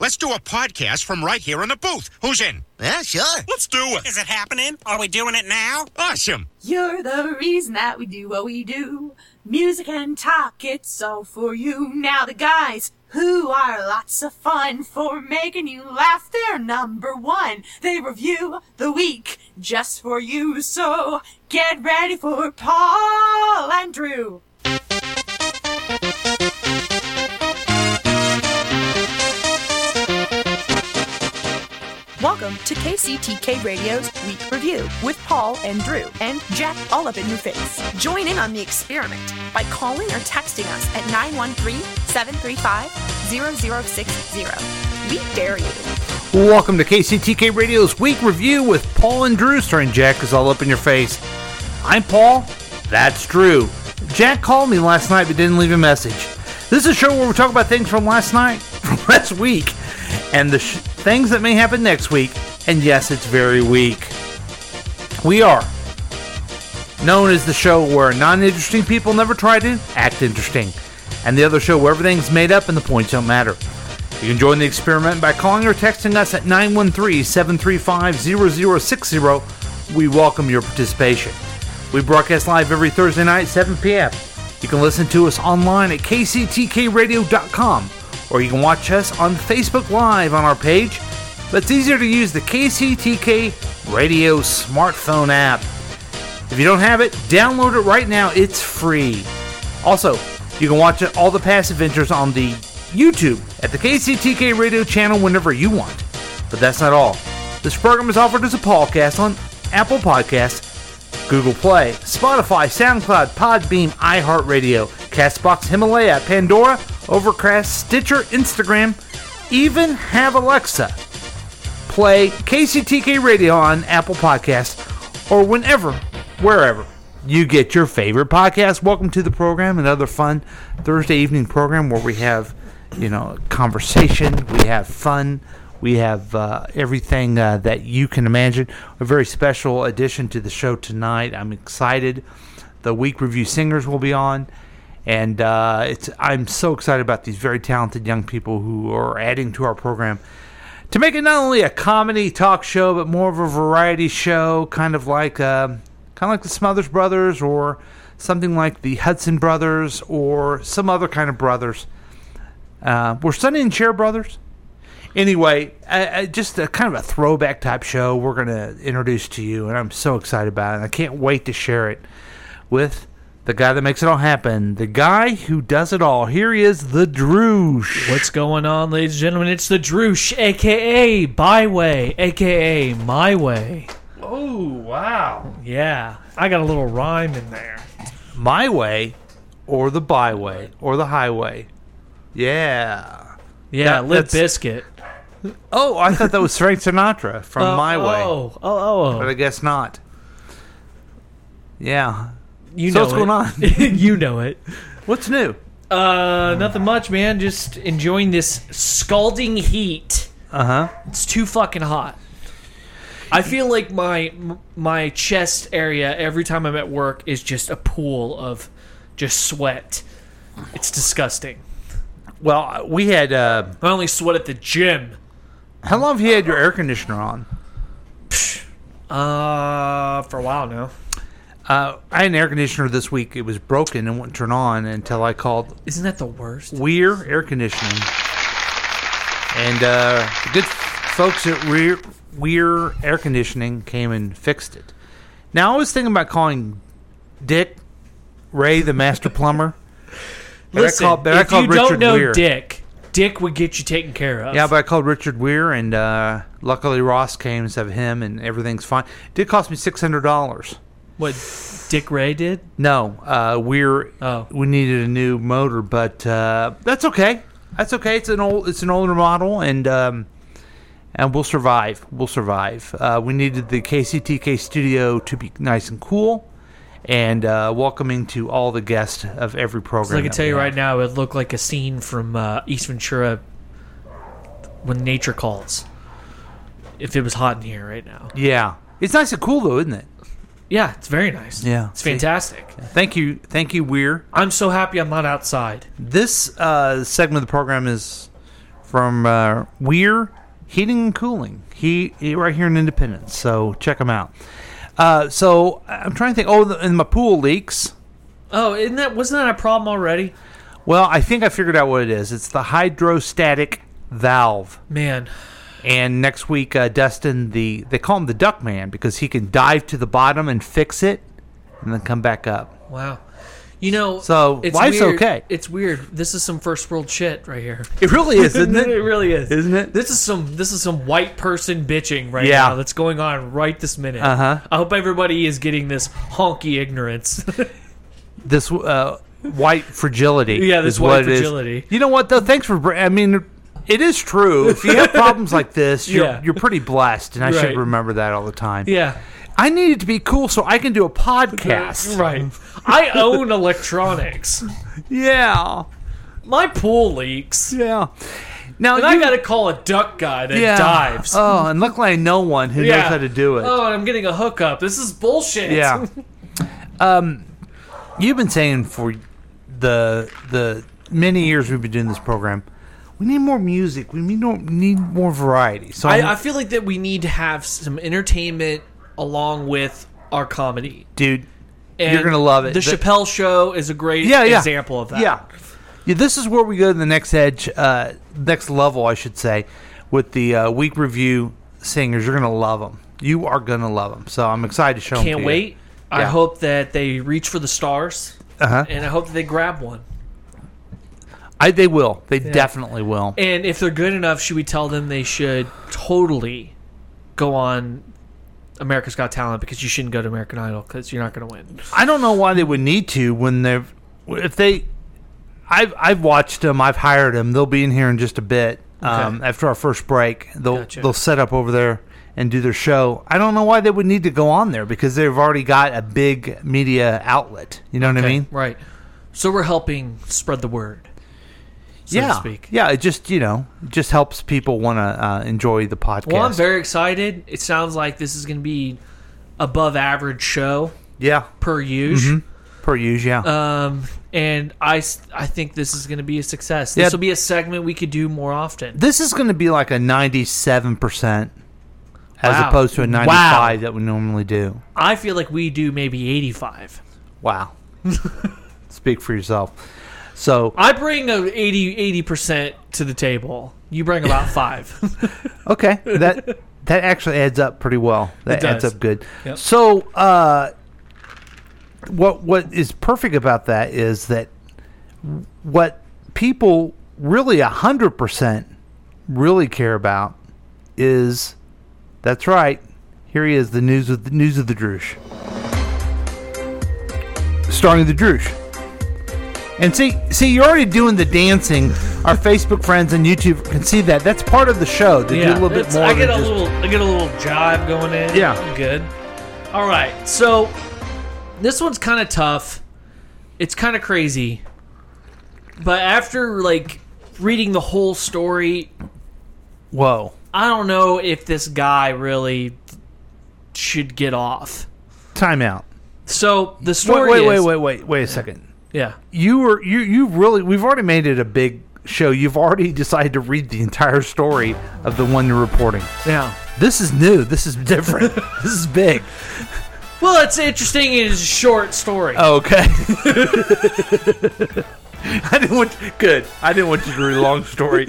Let's do a podcast from right here in the booth. Who's in? Yeah, sure. Let's do it. Is it happening? Are we doing it now? Awesome. You're the reason that we do what we do. Music and talk, it's all for you. Now the guys who are lots of fun for making you laugh, they're number one. They review the week just for you. So get ready for Paul and Drew. Welcome to KCTK Radio's Week Review with Paul and Drew and Jack all up in your face. Join in on the experiment by calling or texting us at 913-735-0060. We dare you. Welcome to KCTK Radio's Week Review with Paul and Drew, starring Jack is all up in your face. I'm Paul. That's Drew. Jack called me last night but didn't leave a message. This is a show where we talk about things from last night, from last week, and the sh- things that may happen next week. And yes, it's very weak. We are known as the show where non-interesting people never try to act interesting, and the other show where everything's made up and the points don't matter. You can join the experiment by calling or texting us at 913-735-0060. We welcome your participation. We broadcast live every Thursday night, 7 p.m. You can listen to us online at kctkradio.com, or you can watch us on Facebook Live on our page. But it's easier to use the KCTK Radio smartphone app. If you don't have it, download it right now. It's free. Also, you can watch all the past adventures on the YouTube at the KCTK radio channel whenever you want. But that's not all. This program is offered as a podcast on Apple Podcasts, Google Play, Spotify, SoundCloud, Podbeam, iHeartRadio, Castbox, Himalaya, Pandora, Overcast, Stitcher, Instagram, even have Alexa play KCTK Radio on Apple Podcasts or whenever, wherever you get your favorite podcast. Welcome to the program, another fun Thursday evening program where we have, you know, conversation, we have fun, we have uh, everything uh, that you can imagine. A very special addition to the show tonight. I'm excited. The week review singers will be on and uh, it's I'm so excited about these very talented young people who are adding to our program to make it not only a comedy talk show but more of a variety show, kind of like uh, kind of like the Smothers Brothers or something like the Hudson Brothers or some other kind of brothers. Uh, were Sonny and Cher brothers? Anyway, I, I, just a kind of a throwback type show we're going to introduce to you, and I'm so excited about it. And I can't wait to share it with the guy that makes it all happen, the guy who does it all. Here he is, the Droosh. What's going on, ladies and gentlemen? It's the Droosh, aka Byway, aka My Way. Oh, wow. Yeah, I got a little rhyme in there. My way or the byway or the highway. Yeah. Yeah, That- Lip that's- Biscuit. Oh, I thought that was Frank Sinatra from Oh, My Way, Oh, oh, but I oh. guess not. Yeah. You so know what's going it. you know it. What's new? Uh, nothing much, man. Just enjoying this scalding heat. Uh huh. It's too fucking hot. I feel like my my chest area every time I'm at work is just a pool of just sweat. It's disgusting. Well, we had. Uh, I only sweat at the gym. how long have you had your air conditioner on? Uh, for a while now. Uh, I had an air conditioner this week. It was broken and wouldn't turn on until I called Isn't that the worst? Weir Air Conditioning. And uh, the good folks at Weir, Weir Air Conditioning came and fixed it. Now, I was thinking about calling Dick Ray, the master plumber. But Listen, I called, but I if called you Richard don't know Weir. Dick, Dick would get you taken care of. Yeah, but I called Richard Weir, and uh, luckily Ross came instead of him, and everything's fine. did cost me $600. what Dick Ray did? No, uh, we're Oh. we needed a new motor, but uh, that's okay. That's okay. It's an old, it's an older model, and um, and we'll survive. We'll survive. Uh, we needed the KCTK studio to be nice and cool, and uh, welcoming to all the guests of every program. I can that tell we you have. right now, it looked like a scene from uh, East Ventura when nature calls. If it was hot in here right now, Yeah, it's nice and cool though, isn't it? yeah, it's very nice. Yeah, it's see? fantastic. Thank you, thank you, Weir. I'm so happy I'm not outside. This uh, segment of the program is from uh, Weir Heating and Cooling. He, he right here in Independence, so check him out. Uh, so I'm trying to think. Oh, the, and my pool leaks. Oh, isn't that wasn't that a problem already? Well, I think I figured out what it is. It's the hydrostatic valve. Man, And next week, uh, Dustin, the they call him the Duck Man because he can dive to the bottom and fix it, and then come back up. wow. You know, So, life's weird. okay. It's weird. This is some first world shit right here. It really is, isn't it? it really is, Isn't it? This is some this is some white person bitching right Yeah. now that's going on right this minute. Uh-huh. I hope everybody is getting this honky ignorance. this uh, white fragility. Yeah, this is what white it is. fragility. You know what though? Thanks for. br- I mean, it is true. If you have problems like this, you're, Yeah. you're pretty blessed, and I should Right. remember that all the time. yeah. I need it to be cool so I can do a podcast. Right. I own electronics. Yeah, My pool leaks. yeah. Now And I you- gotta call a duck guy that yeah. dives. Oh, and luckily I know one who knows how to do it. Oh, and I'm getting a hookup. This is bullshit. Yeah. um, you've been saying for the the many years we've been doing this program, we need more music. We need more, need more variety. So I, I'm- I feel like that we need to have some entertainment along with our comedy. dude, And you're gonna love it. The, The- Chappelle Show is a great yeah, yeah. example of that. Yeah. Yeah, this is where we go to the next edge, uh, next level, I should say, with the uh, week review singers. You're gonna love them. You are gonna love them. So I'm excited to show 'em to Can't you. wait. I Yeah. hope that they reach for the stars, Uh-huh. and I hope that they grab one. I, they will. They definitely will. And if they're good enough, should we tell them they should totally go on America's Got Talent because you shouldn't go to American Idol because you're not going to win. I don't know why they would need to when they're if they. I've I've watched them. I've hired them. They'll be in here in just a bit. Um, Okay. after our first break, they'll Gotcha. they'll set up over there and do their show. I don't know why they would need to go on there because they've already got a big media outlet. You know what I mean? Right. So we're helping spread the word. So yeah. To speak. Yeah. It just you know it just helps people want to uh, enjoy the podcast. Well, I'm very excited. It sounds like this is going to be above average show yeah. per usual. Mm-hmm. Per usual. Yeah. Um, and I, s- I think this is going to be a success. Yeah. This will be a segment we could do more often. this is going to be like a ninety-seven percent. As Wow. opposed to a Wow. 95 that we normally do. I feel like we do maybe 85. Wow. Speak for yourself. So, I bring a 80 percent to the table. You bring about five. okay, that that actually adds up pretty well. That It adds does. up good. Yep. So, uh, what what is perfect about that is that what people really hundred percent really care about is that's right. Here he is, the news of the news of the Drush. Starting the Drush. And see, see, you're already doing the dancing. Our Facebook friends and YouTube can see that. That's part of the show. They do a little bit it's- more. I than get a just- little, I get a little jive going in. Yeah. I'm good. All right, so this one's kind of tough. It's kind of crazy, but after like reading the whole story, Whoa. I don't know if this guy really should get off. Time out. So the Wait, story wait, wait, is, wait, wait, wait a second. yeah, You were you you really we've already made it a big show. You've already decided to read the entire story of the one you're reporting. yeah. This is new. This is different. this is big. Well, it's interesting. It's a short story. Okay. I didn't want good. I didn't want you to read a long story.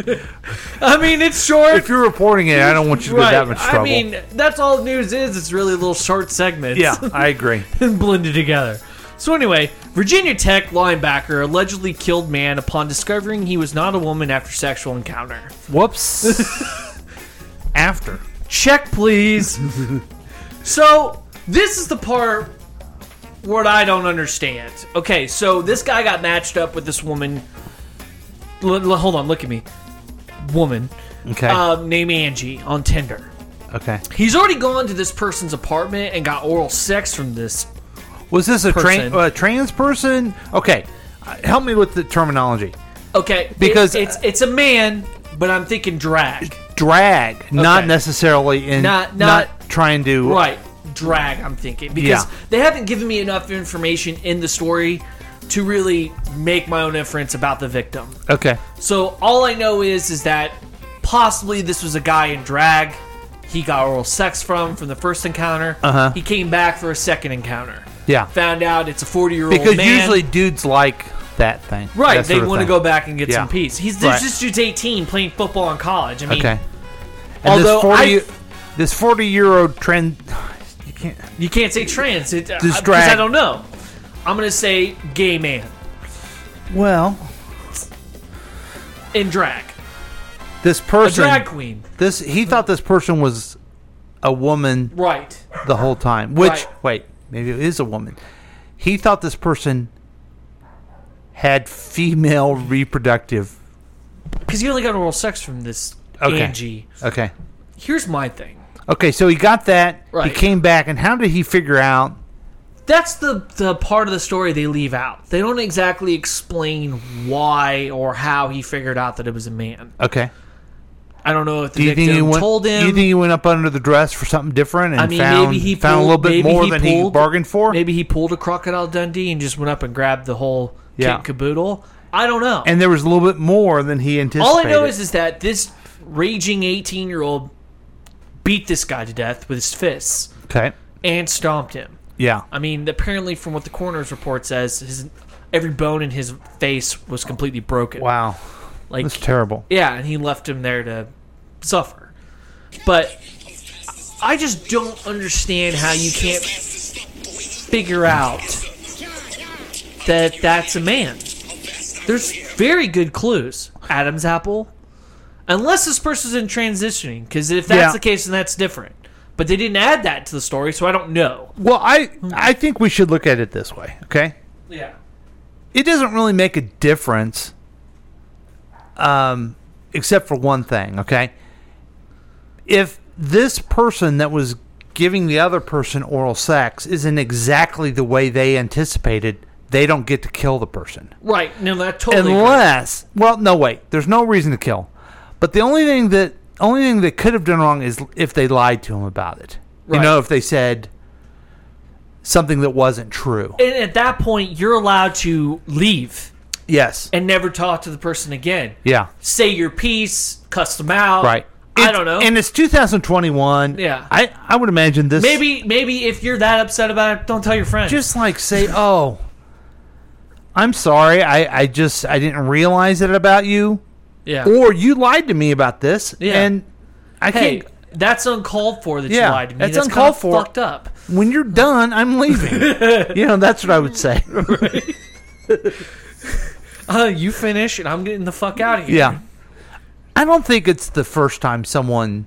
I mean, it's short. if you're reporting it, I don't want you to go that much trouble. I mean, that's all news is. It's really little short segments. yeah, I agree. blended together. So anyway, Virginia Tech linebacker allegedly killed man upon discovering he was not a woman after sexual encounter. Whoops. After. Check, please. so this is the part what I don't understand. Okay, so this guy got matched up with this woman. L- l- hold on, look at me, woman Okay. uh, named Angie on Tinder. okay. He's already gone to this person's apartment and got oral sex from this Was this a Person. tran a trans person? Okay, uh, help me with the terminology. Okay, it- Because- uh, it's it's a man, but I'm thinking drag. Drag, not Okay. necessarily in Not- not, not- trying to Right, drag. I'm thinking because Yeah. they haven't given me enough information in the story to really make my own inference about the victim. Okay, So all I know is is that possibly this was a guy in drag. He got oral sex from from the first encounter. Uh-huh. He came back for a second encounter. yeah, Found out it's a 40 year old because man. usually dudes like that thing. Right, that they sort of want to thing. go back and get Yeah. some peace. He's Right. this dude's 18 playing football in college. I mean, Okay, and although this forty, I, this forty year old trend, you can't. you can't say trans it, uh, because drag. I don't know. I'm gonna say gay man Well, in drag, this a person, drag queen. this he thought this person was a woman Right, the whole time. Which Right. wait, maybe it is a woman. He thought this person had female reproductive. because he only got oral sex from this Okay. Angie. Okay. Here's my thing. Okay, so he got that. Right. He came back, and how did he figure out? That's the the part of the story they leave out. They don't exactly explain why or how he figured out that it was a man. Okay. I don't know if the Do you victim think he went? told him. Do you think he went up under the dress for something different and I mean, found maybe he found a little pulled- bit maybe more he than he pulled- bargained for? Maybe he pulled a crocodile Dundee and just went up and grabbed the whole Yeah. kit caboodle. I don't know. And there was a little bit more than he anticipated. all I know is is that this raging eighteen year old beat this guy to death with his fists okay. and stomped him. Yeah. I mean, apparently, from what the coroner's report says, his every bone in his face was completely broken. Wow. like That's terrible. yeah, and he left him there to suffer. But I just don't understand how you can't figure out that that's a man. There's very good clues. Adam's apple. Unless this person's in transitioning, because if that's Yeah. the case, then that's different. But they didn't add that to the story, so I don't know. Well, I I think we should look at it this way. Okay. Yeah. it doesn't really make a difference, um, except for one thing. Okay, if this person that was giving the other person oral sex isn't exactly the way they anticipated, they don't get to kill the person Right. No, that totally. agree. unless well no wait there's no reason to kill but the only thing that only thing they could have done wrong is if they lied to him about it Right. you know if they said something that wasn't true And at that point, you're allowed to leave yes and never talk to the person again. yeah say your piece, cuss them out. Right. I It's- don't know. And it's 2021. Yeah. I, I would imagine this. maybe maybe if you're that upset about it, don't tell your friends. Just like say, oh, I'm sorry. I, I just, I didn't realize it about you. yeah. Or you lied to me about this. Yeah. And I hey, can't. that's uncalled for that Yeah, you lied to me. that's kinda uncalled for. Fucked up. When you're done, I'm leaving. you know, that's what I would say. Uh, you finish, and I'm getting the fuck out of here. yeah. I don't think it's the first time someone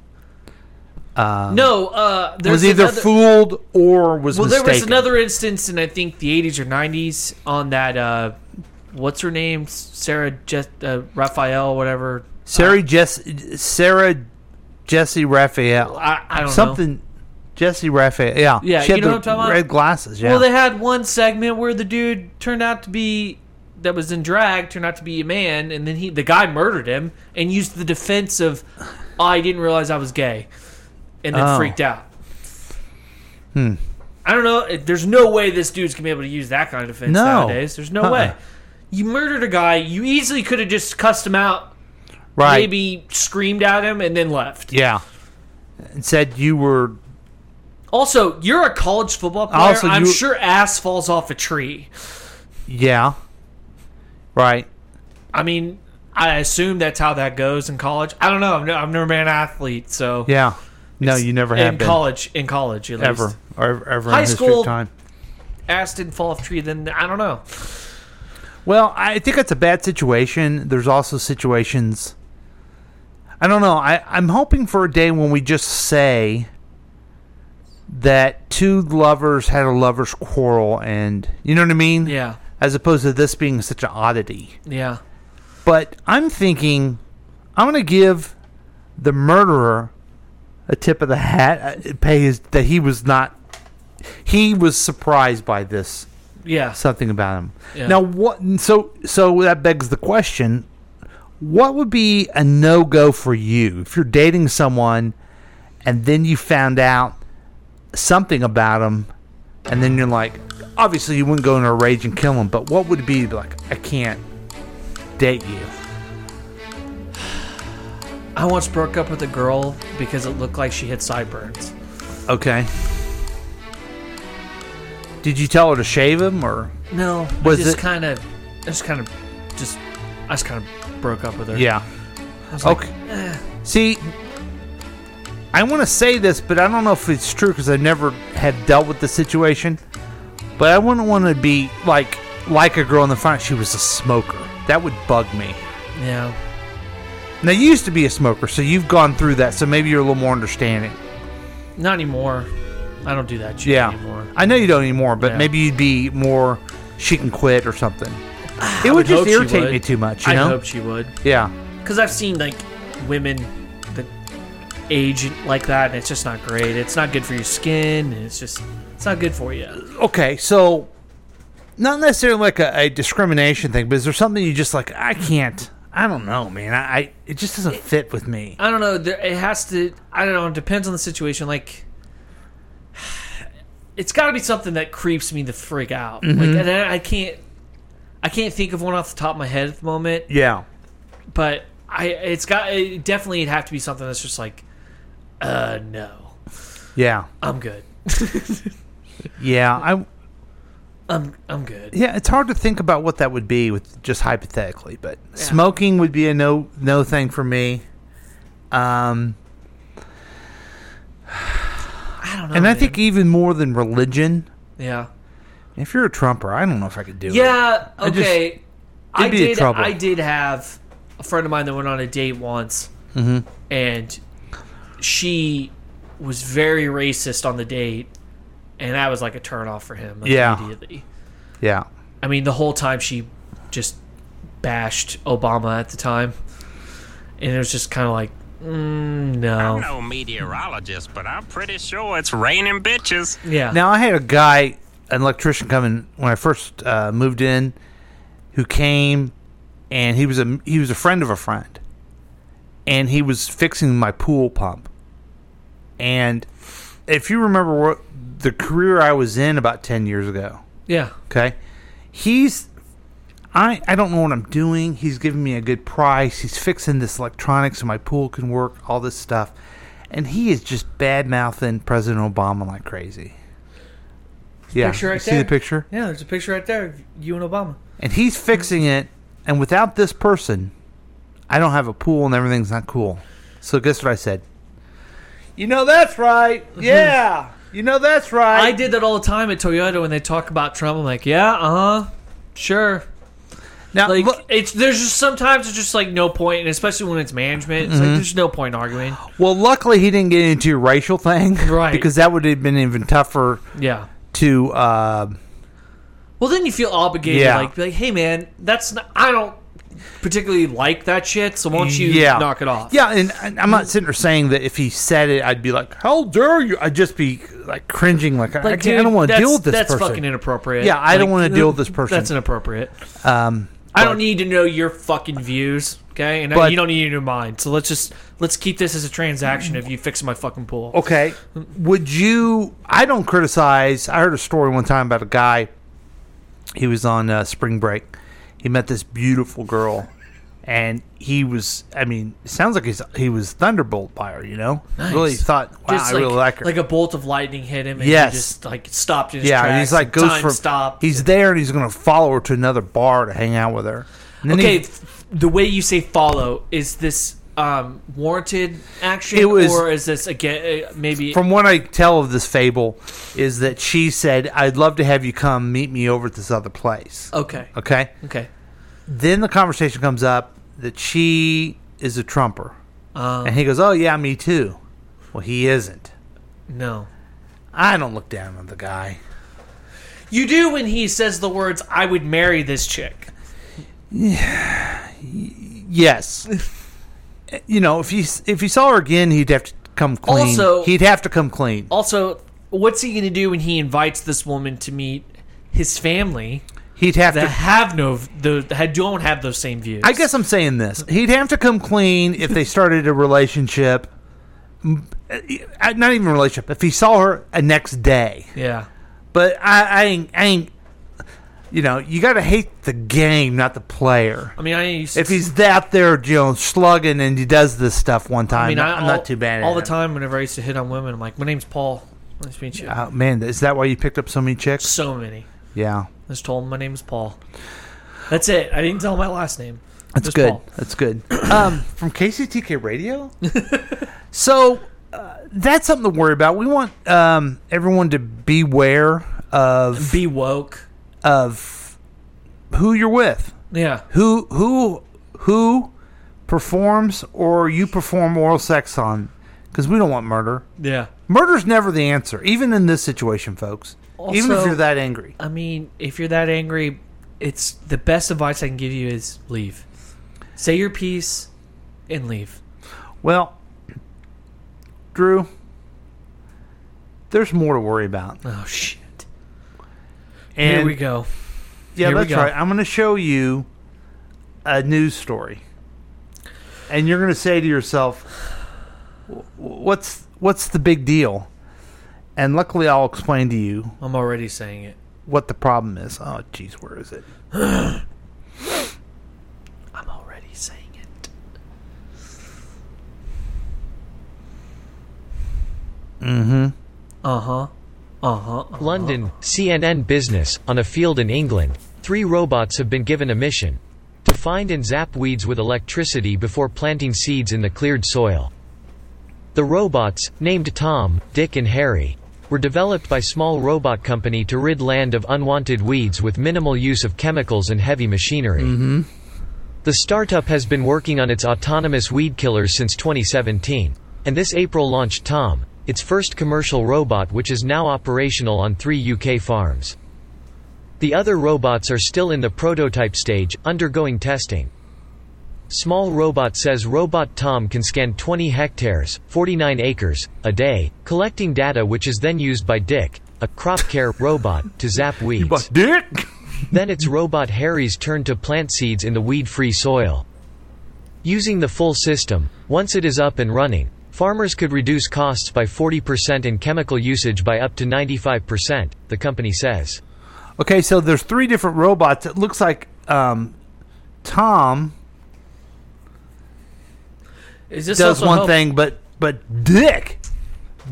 No. Uh, there's was either another, fooled or was Well, there mistaken. was another instance in I think the 80s or 90s on that. Uh, what's her name? Sarah Je- uh, Raphael, whatever. Sarah, Jess, Sarah Jesse Raphael. I, I don't know. something. Jesse Raphael. Yeah. Yeah, She had you know the what I'm talking about? red glasses. Yeah. Well, they had one segment where the dude turned out to be that was in drag turned out to be a man, and then he the guy murdered him and used the defense of I didn't realize I was gay, and then Oh. Hmm. freaked out. Hmm. I don't know. it- There's no way this dude's gonna be able to use that kind of defense No. nowadays. There's no Uh-uh. way. You murdered a guy. You easily could have just cussed him out, right. maybe screamed at him, and then left. Yeah. And said you were. Also, you're a college football player. Also, I'm you- sure ass falls off a tree. Yeah. Right. I mean, I assume that's how that goes in college. I don't know. I've, ne- I've never been an athlete, so Yeah. No, you never in have been. college, in college, at Ever. least. Or, ever High in history of school. time. ass didn't fall off a tree. Then I don't know. Well, I think it's a bad situation. There's also situations. I don't know. I, I'm hoping for a day when we just say that two lovers had a lover's quarrel and. You know what I mean? Yeah, As opposed to this being such an oddity. yeah, But I'm thinking I'm going to give the murderer a tip of the hat, uh, pay his that he was not he was surprised by this Yeah. something about him. Yeah. Now what? So so that begs the question: What would be a no go for you if you're dating someone, and then you found out something about them, and then you're like, obviously you wouldn't go in a rage and kill him, but what would it be like? I can't date you. I once broke up with a girl because it looked like she had sideburns. Okay. Did you tell her to shave him or? No, Was I just it- kind of, I just kind of, just, I just kind of broke up with her. Yeah. I was like, Okay. See, I want to say this, but I don't know if it's true because I've never had dealt with the situation. But I wouldn't want to be like like a girl in the front. She was a smoker. That would bug me. yeah, Now you used to be a smoker, so you've gone through that. So maybe you're a little more understanding. not anymore. I don't do that shit Yeah. anymore. I know you don't anymore, but Yeah. maybe you'd be more. She can quit or something. It Ah, I would just hope she irritate would. me too much. You I know. hope she would, Yeah. because I've seen like women that age like that, and it's just not great. It's not good for your skin, and it's just, it's not good for you. okay, so not necessarily like a, a discrimination thing, but is there something you just like? I can't. I don't know, man. I, I it just doesn't fit with me. I don't know. There, it has to. I don't know. It depends on the situation. Like, it's got to be something that creeps me the freak out. Like, Mm-hmm. and I, I can't. I can't think of one off the top of my head at the moment. Yeah, But I, it's got it, definitely. It'd have to be something that's just like, uh, no, yeah, I'm good. yeah. I I'm I'm good. yeah. It's hard to think about what that would be with just hypothetically, but smoking would be a no no thing for me. Um, I don't know. and I man. think even more than religion. yeah, If you're a Trumper, I don't know if I could do it. yeah. I just- Okay. I be did. trouble. I did have a friend of mine that went on a date once, Mm-hmm. and she was very racist on the date, and that was like a turn off for him. Like, Yeah. immediately. Yeah. I mean, the whole time she just bashed Obama at the time, and it was just kind of like, mm, I'm no, no meteorologist, but I'm pretty sure it's raining bitches. yeah, Now I had a guy, an electrician, come in when I first uh, moved in, who came, and he was a he was a friend of a friend, and he was fixing my pool pump. And if you remember what the career I was in about ten years ago, yeah, okay, he's I I don't know what I'm doing. He's giving me a good price. He's fixing this electronics so my pool can work. All this stuff. And he is just bad mouthing President Obama like crazy. Yeah, picture right you see there. the picture, yeah. There's a picture right there, of you and Obama. and he's fixing it. And without this person, I don't have a pool, and everything's not cool. So guess what I said? You know that's right. Yeah, you know that's right. Mm-hmm. I did that all the time at Toyota when they talk about Trump. I'm like, yeah, uh huh, sure. now, Like look, it's there's just sometimes it's just like no point, and especially when it's management, it's Mm-hmm. like there's no point arguing. Well, luckily he didn't get into your racial thing, Right. Because that would have been even tougher Yeah. to. Uh, Well, then you feel obligated, Yeah. like be like, hey man, that's not, I don't particularly like that shit, so why don't you yeah, knock it off? Yeah, and and I'm not sitting there saying that if he said it, I'd be like, "How dare you!" I'd just be like cringing, like, I, Like, can't, I dude, don't want to that's- deal with this That's person. fucking inappropriate. mm, Yeah, I don't wanna deal with this person. That's inappropriate. um, I don't need to know your fucking views, okay? And I- But- you don't need to know mine. So let's just let's keep this as a transaction of you fixing my fucking pool. Okay. Would you? I don't criticize. I heard a story one time about a guy. He was on uh, spring break. He met this beautiful girl, and he was. I mean, it sounds like he's he was thunderbolt by her. You know, really thought, wow, Just I really like her. Like a bolt of lightning hit him, and Yes. he just like stopped in his yeah, and tracks. he's like goes time from stopped. He's there, and he's going to follow her to another bar to hang out with her. And then he- okay. f- the way you say "follow" is this um, warranted action, It was- or is this again uh, maybe? from what I tell of this fable, is that she said, "I'd love to have you come meet me over at this other place." okay, okay, Okay. okay. then the conversation comes up that she is a trumper Uh. and he goes oh yeah me too well he isn't No, i don't look down on the guy you do when he says the words "I would marry this chick." yes you know if he if he saw her again he'd have to come clean Also- he'd have to come clean Also, what's he gonna do when he invites this woman to meet his family He'd have that to have no the that don't have those same views? I guess I'm saying this. He'd have to come clean if they started a relationship. M- uh, Not even a relationship. If he saw her a next day. Yeah. But I, I ain't, I ain't. You know, you gotta hate the game, not the player. I mean, I used If he's out there, you know, slugging and he does this stuff one time, I I mean, I, am all- not too bad. All at the it. time, whenever I used to hit on women, I'm like, "My name's Paul. Nice to meet you." Uh, man, is that why you picked up so many chicks? so many. Yeah, I just told him my name is Paul. That's it. I didn't tell him my last name. that's Just good. Paul. That's good. um, from KCTK Radio. so uh, that's something to worry about. We want um, everyone to beware of Be woke. of who you're with, Yeah. who who who performs or you perform oral sex on, because we don't want murder. Yeah. Murder's never the answer, even in this situation, folks. even if Also- you're that angry. I mean, if you're that angry, it's the best advice I can give you is leave. Say your piece and leave. Well, Drew, there's more to worry about. Oh shit. And Here we go. Yeah, Here we that's go. right. I'm going to show you a news story, and you're going to say to yourself, "Wh- "What's what's the big deal?" And luckily, I'll explain to you I'm already saying it. what the problem is. Oh, jeez, where is it? I'm already saying it. Mm-hmm. Uh-huh. Uh-huh. London, CNN Business, on a field in England, three robots have been given a mission to find and zap weeds with electricity before planting seeds in the cleared soil. The robots, named Tom, Dick, and Harry, were developed by small robot company to rid land of unwanted weeds with minimal use of chemicals and heavy machinery. The startup has been working on its autonomous weed killers since 2017, and this April launched Tom, its first commercial robot which is now operational on three UK farms. The other robots are still in the prototype stage, undergoing testing. Small Robot says Robot Tom can scan 20 hectares, 49 acres, a day, collecting data which is then used by Dick, a crop care robot, to zap weeds. But Dick, Then it's robot Harry's turn to plant seeds in the weed free soil. Using the full system, once it is up and running, farmers could reduce costs by 40% and chemical usage by up to 95%, the company says. okay. So there's three different robots. It looks like um, Tom Is this does also one help- thing, but but Dick,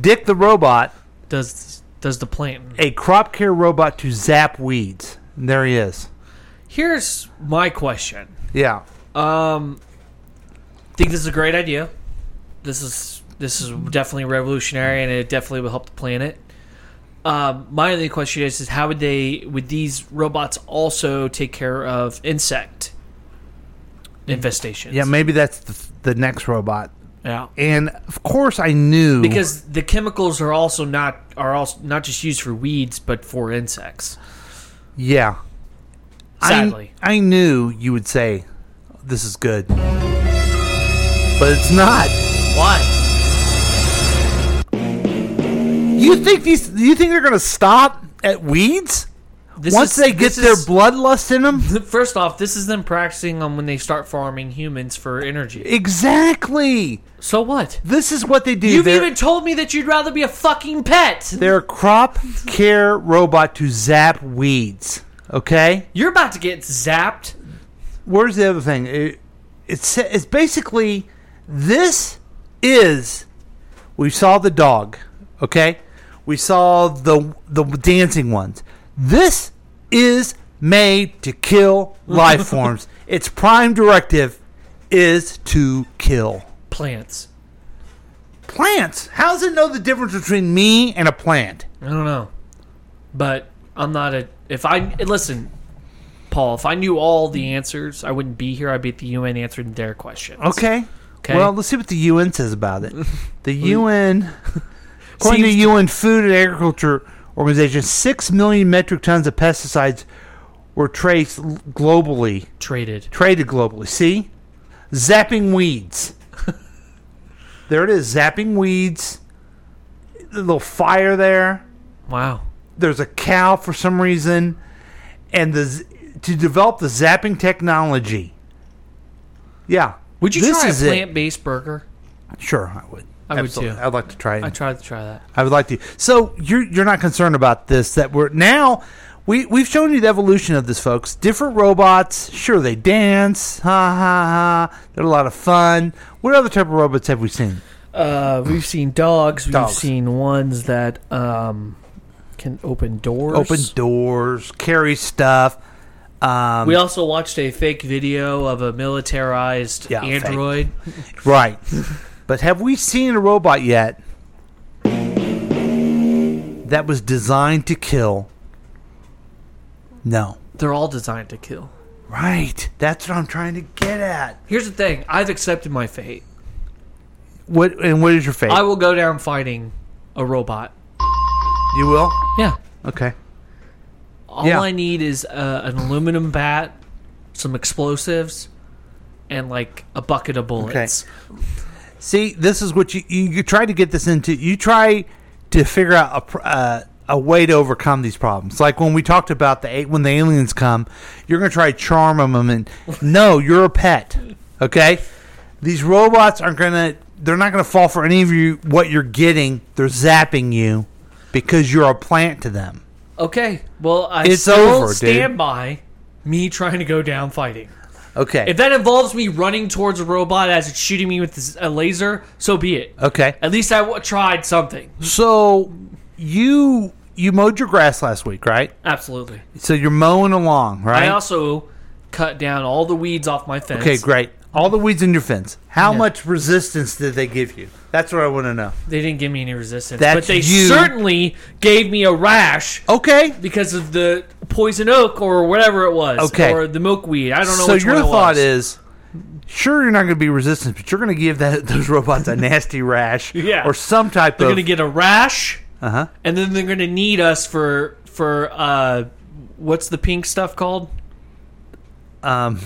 Dick the robot, Does does the plant? a crop care robot to zap weeds. And there he is. Here's my question. Yeah. Um, think this is a great idea. This is this is definitely revolutionary, and it definitely will help the planet. Um, my only question is, is how would they would these robots also take care of insect infestations? Mm-hmm. Yeah, maybe that's the, the next robot. yeah. And of course, I knew Because the chemicals are also not are also not just used for weeds, but for insects. yeah, I- Sadly, I, knew you would say this is good, but it's not. why? You think these? You think they're gonna stop at weeds This once is- they get this their is- bloodlust in them? First off, this is them practicing on when they start farming humans for energy. exactly. So what? This is what they do. You've they're, even told me that you'd rather be a fucking pet. they're a crop care robot to zap weeds. Okay, You're about to get zapped. where's the other thing? It, it's it's basically this is we saw the dog, okay? We saw the the dancing ones. This is made to kill life forms. Its prime directive is to kill Plants. plants. How does it know the difference between me and a plant? I don't know. But I'm not a. If I. Listen, Paul, if I knew all the answers, I wouldn't be here. I'd be at the UN answering their questions. Okay. Okay. Well, let's see what the UN says about it. The UN, according to Seems the UN Food and Agriculture Organization, six million metric tons of pesticides were traced l- globally, Traded. traded globally. See, zapping weeds. there it is, zapping weeds. The little fire there. Wow. there's a cow for some reason, and the z- to develop the zapping technology. Yeah, Would you This try a is it. plant-based burger? sure, I would. I would Absolutely. too. I'd like to try it. I tried to try that. I would like to. So you're you're not concerned about this that we're now we we've shown you the evolution of this, folks. Different robots. Sure, they dance. Ha ha ha. They're a lot of fun. What other type of robots have we seen? Uh, we've seen dogs. Dogs. We've seen ones that um, can open doors. Open doors, carry stuff. Um, We also watched a fake video of a militarized Yeah, fake. android. right. but have we seen a robot yet that was designed to kill? No. They're all designed to kill. Right. That's what I'm trying to get at. Here's the thing: I've accepted my fate. What and what is your favorite? I will go down fighting a robot. you will. Yeah. Okay. All Yeah. I need is uh, an aluminum bat, some explosives, and like a bucket of bullets. See, this is what you, you you try to get this into. You try to figure out a pr- uh, a way to overcome these problems. Like when we talked about the a- when the aliens come, you're going to try to charm them, and no, you're a pet. Okay, these robots aren't going to. They're not going to fall for any of you. What you're getting, they're zapping you because you're a plant to them. Okay. Well, I It's still over, dude. stand by me trying to go down fighting. Okay. If that involves me running towards a robot as it's shooting me with this- a laser, so be it. okay. At least I w- tried something. So you you mowed your grass last week, right? Absolutely. So you're mowing along, right? I also cut down all the weeds off my fence. Okay, great. All the weeds in your fence. How Yeah. much resistance did they give you? That's what I want to know. They didn't give me any resistance, That's but they you. certainly gave me a rash Okay. because of the poison oak or whatever it was, Okay. or the milkweed. I don't know. So which your one it thought was. is, sure, you're not going to be resistant, but you're going to give that those robots a nasty rash, Yeah. or some type they're of gonna get a rash, Uh-huh. and then they're gonna need us for for uh, what's the pink stuff called? um,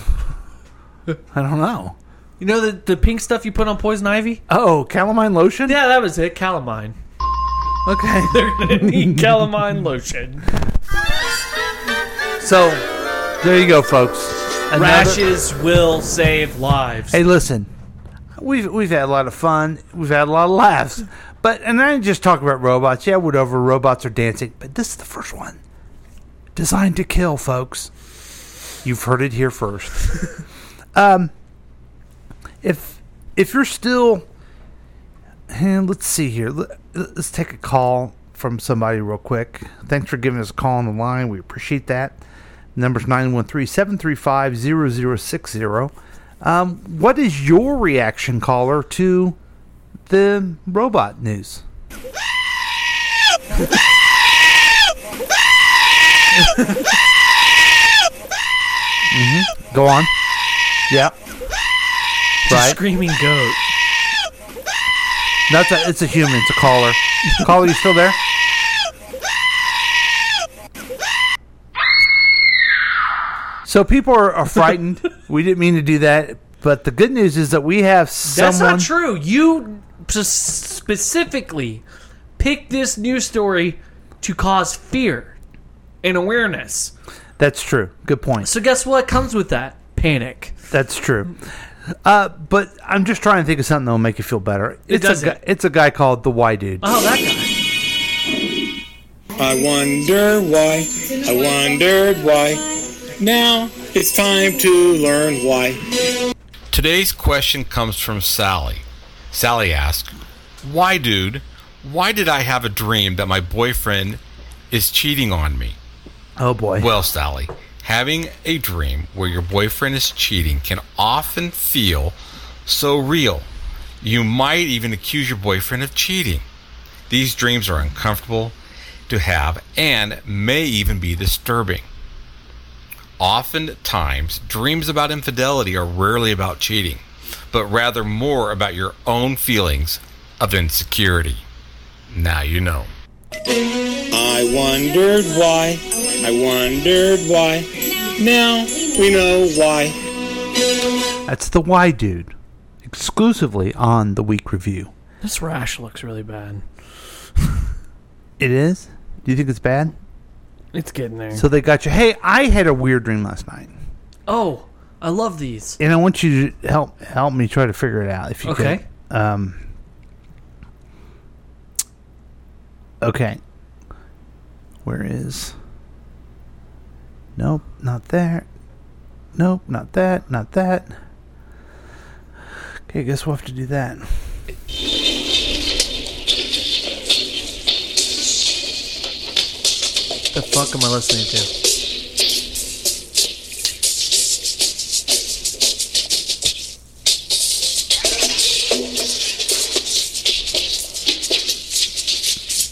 I don't know. You know the the pink stuff you put on poison ivy? Oh, calamine lotion. Yeah, that was it. Calamine. Okay. They're gonna need calamine lotion. so there you go, folks. Another- Rashes will save lives. Hey, listen, we've we've had a lot of fun. We've had a lot of laughs. But and I didn't just talk about robots. Yeah, whatever. Robots are dancing, but this is the first one designed to kill, folks. You've heard it here first. um, if if you're still, and let's see here. Let, let's take a call from somebody real quick. Thanks for giving us a call on the line. We appreciate that. Number's 913-735-0060. Um, what is your reaction, caller, to the robot news? Mhm. Go on. Yeah. Right. Screaming goat. That's a, it's a human. It's a caller. caller, you still there? So people are, are frightened. we didn't mean to do that, but the good news is that we have someone. That's not true. You s- specifically picked this news story to cause fear and awareness. That's true. Good point. So guess what comes with that? Panic. That's true. Uh, but I'm just trying to think of something that'll make you feel better. It's a doesn't. guy, it's a guy called the Y dude. Oh, that guy. I wonder why. I wondered why. Now it's time to learn why. Today's question comes from Sally. Sally asks, Why, dude, why did I have a dream that my boyfriend is cheating on me? Oh boy. Well, Sally, having a dream where your boyfriend is cheating can often feel so real. You might even accuse your boyfriend of cheating. These dreams are uncomfortable to have and may even be disturbing. Oftentimes, dreams about infidelity are rarely about cheating, but rather more about your own feelings of insecurity. Now you know. I wondered why. I wondered why. Now we know why. That's the Y dude, exclusively on the Week Review. This rash looks really bad. It is. Do Do you think it's bad? It's getting there. So they got you. Hey, I had a weird dream last night, oh, I love these. and I want you to help help me try to figure it out if you Okay. could. Um. Okay. Where is? Nope, not there. Nope, not that. Not that. Okay, guess we'll have to do that. The fuck am I listening to?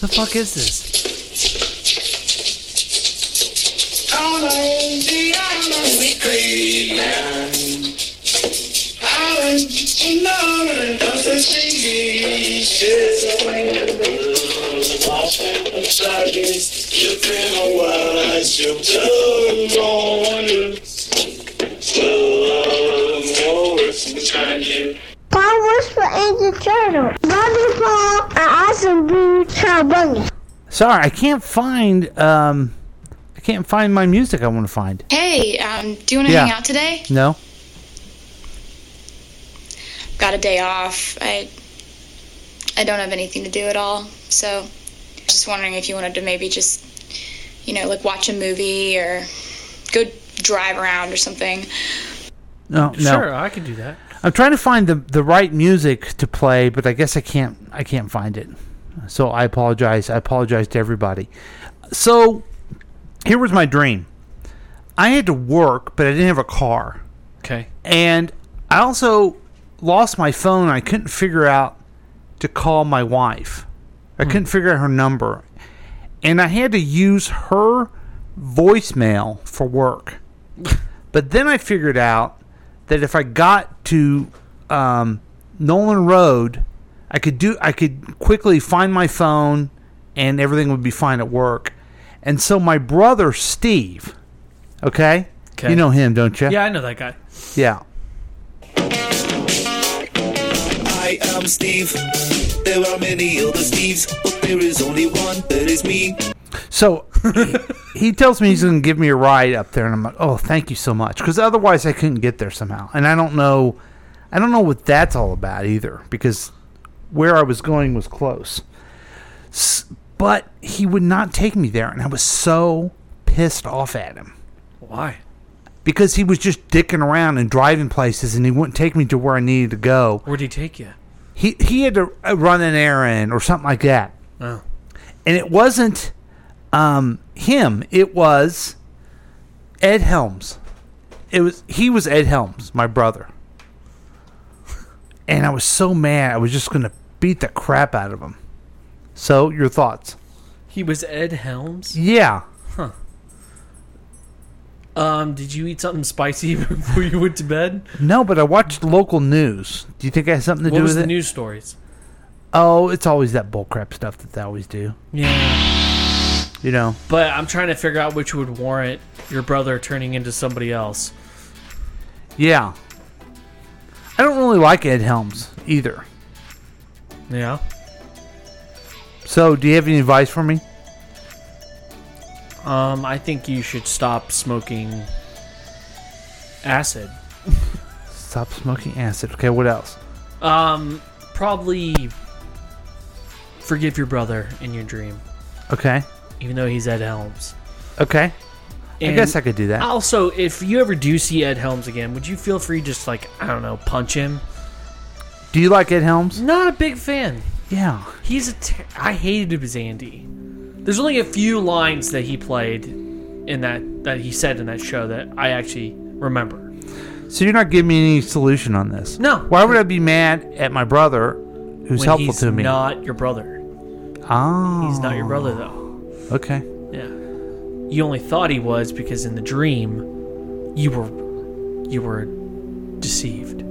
The fuck is this? Out on the island we creep now. Island alone of the sea. She's away to the blues, watching the sharkies. You've been a wise, you've done wrong. Love for us to try to That was for Angry Turtle. Butterfly and awesome blue cowbunga. Sorry, I can't find. Um, I can't find my music. I want to find. Hey, um, do you want to Yeah. hang out today? No. Got a day off. I I don't have anything to do at all. So, just wondering if you wanted to maybe just, you know, like watch a movie or go drive around or something. No, no. Sure, I could do that. I'm trying to find the the right music to play, but I guess I can't. I can't find it. So I apologize. I apologize to everybody. So here was my dream. I had to work, but I didn't have a car. Okay. And I also lost my phone. and I couldn't figure out to call my wife. I Hmm. couldn't figure out her number. And I had to use her voicemail for work. but then I figured out that if I got to um, Nolan Road, I could do I could quickly find my phone and everything would be fine at work. And so my brother Steve, okay? Okay. You know him, don't you? Yeah, I know that guy. Yeah. I am Steve. There are many other Steves, but there is only one that is me. So he, he tells me he's going to give me a ride up there, and I'm like, "Oh, thank you so much," because otherwise I couldn't get there somehow, and I don't know, I don't know what that's all about either, because where I was going was close, S- but he would not take me there, and I was so pissed off at him. Why? Because he was just dicking around and driving places, and he wouldn't take me to where I needed to go. Where'd he take you? He he had to uh, run an errand or something like that Oh. and it wasn't um, him. It was Ed Helms. It was he was Ed Helms, my brother. And I was so mad. I was just going to beat the crap out of him. So, your thoughts? He was Ed Helms? Yeah. Hmm. Huh. Um, did you eat something spicy before you went to bed? No, but I watched local news. Do you think I had something to What do was with the it? news stories? Oh, it's always that bullcrap stuff that they always do. Yeah. You know. But I'm trying to figure out which would warrant your brother turning into somebody else. Yeah. I don't really like Ed Helms either. Yeah. So, do you have any advice for me? Um, I think you should stop smoking acid. Stop smoking acid. Okay, what else? Um, probably forgive your brother in your dream, Okay. even though he's Ed Helms. Okay. I And guess I could do that. Also, if you ever do see Ed Helms again, would you feel free just like I don't know, punch him? do you like Ed Helms? Not a big fan. Yeah. He's a. Ter- I hated him as Andy. There's only a few lines that he played in that that he said in that show that I actually remember. So you're not giving me any solution on this. No. Why would I be mad at my brother, When who's helpful he's to me? Not your brother. Ah. He's not your brother though. Okay. Yeah. You only thought he was because in the dream, you were, you were deceived.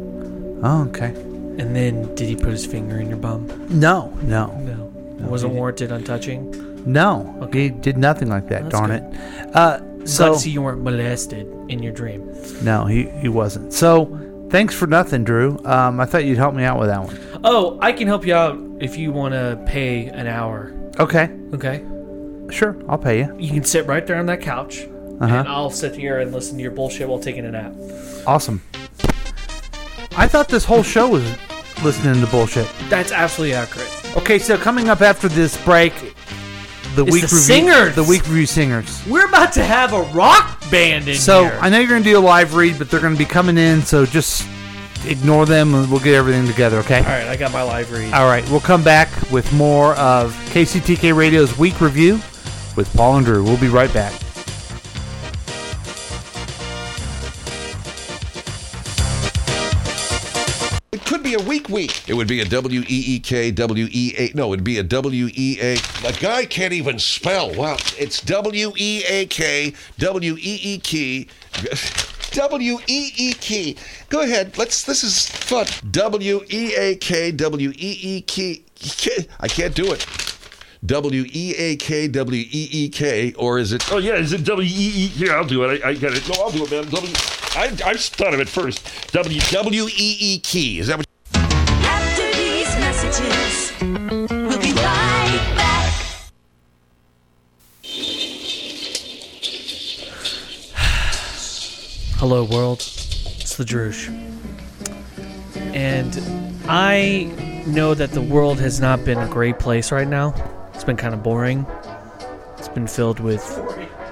Oh, okay. And then, did he put his finger in your bum? No, no. No. No, it wasn't he didn't. warranted on touching. No. He did nothing like that. That's darn good. it. Uh, Glad so to see you weren't molested in your dream. no, he he wasn't. So thanks for nothing, Drew. Um, I thought you'd help me out with that one. Oh, I can help you out if you want to pay an hour. Okay. Okay. Sure, I'll pay you. You can sit right there on that couch, Uh-huh. and I'll sit here and listen to your bullshit while taking a nap. Awesome. I thought this whole show was listening to bullshit. That's absolutely accurate. Okay, so coming up after this break, the It's the week review, singers. the week review singers. We're about to have a rock band in So here. I know you're gonna do a live read, but they're gonna be coming in. So just ignore them, and we'll get everything together. Okay. All right, I got my live read. All right, we'll come back with more of KCTK Radio's week review with Paul and Drew. We'll be right back. It could be a weak week. It would be a W E E K W E A. No, it'd be a W E A. The guy can't even spell. Wow, it's W E A K W E E K W E E K. Go ahead. Let's. This is fun. W E A K W E E K. I can't do it. W E A K W E E K, or is it? Oh yeah, is it W E E? Here, I'll do it. I, I get it. No, I'll do it, man. W. I I thought of it first. W W E E key. Is that what? After these messages, we'll be right back. Hello, world. It's the Druge. And I know that the world has not been a great place right now. It's been kind of boring. It's been filled with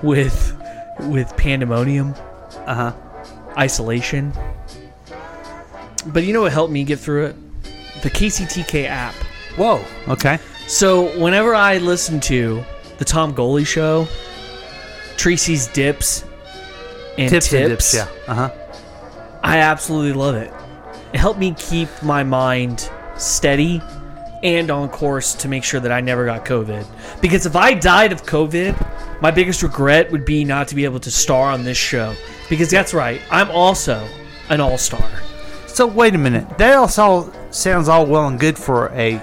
with with pandemonium. Uh-huh. Isolation. But you know what helped me get through it? The KCTK app. Whoa. Okay. So whenever I listen to the Tom Goley show, Tracy's dips and Tips tips, and dips, yeah. Uh-huh. I absolutely love it. It helped me keep my mind steady and on course to make sure that I never got COVID. Because if I died of COVID, my biggest regret would be not to be able to star on this show. Because that's right, I'm also an all-star. So wait a minute. That all sol- sounds all well and good for a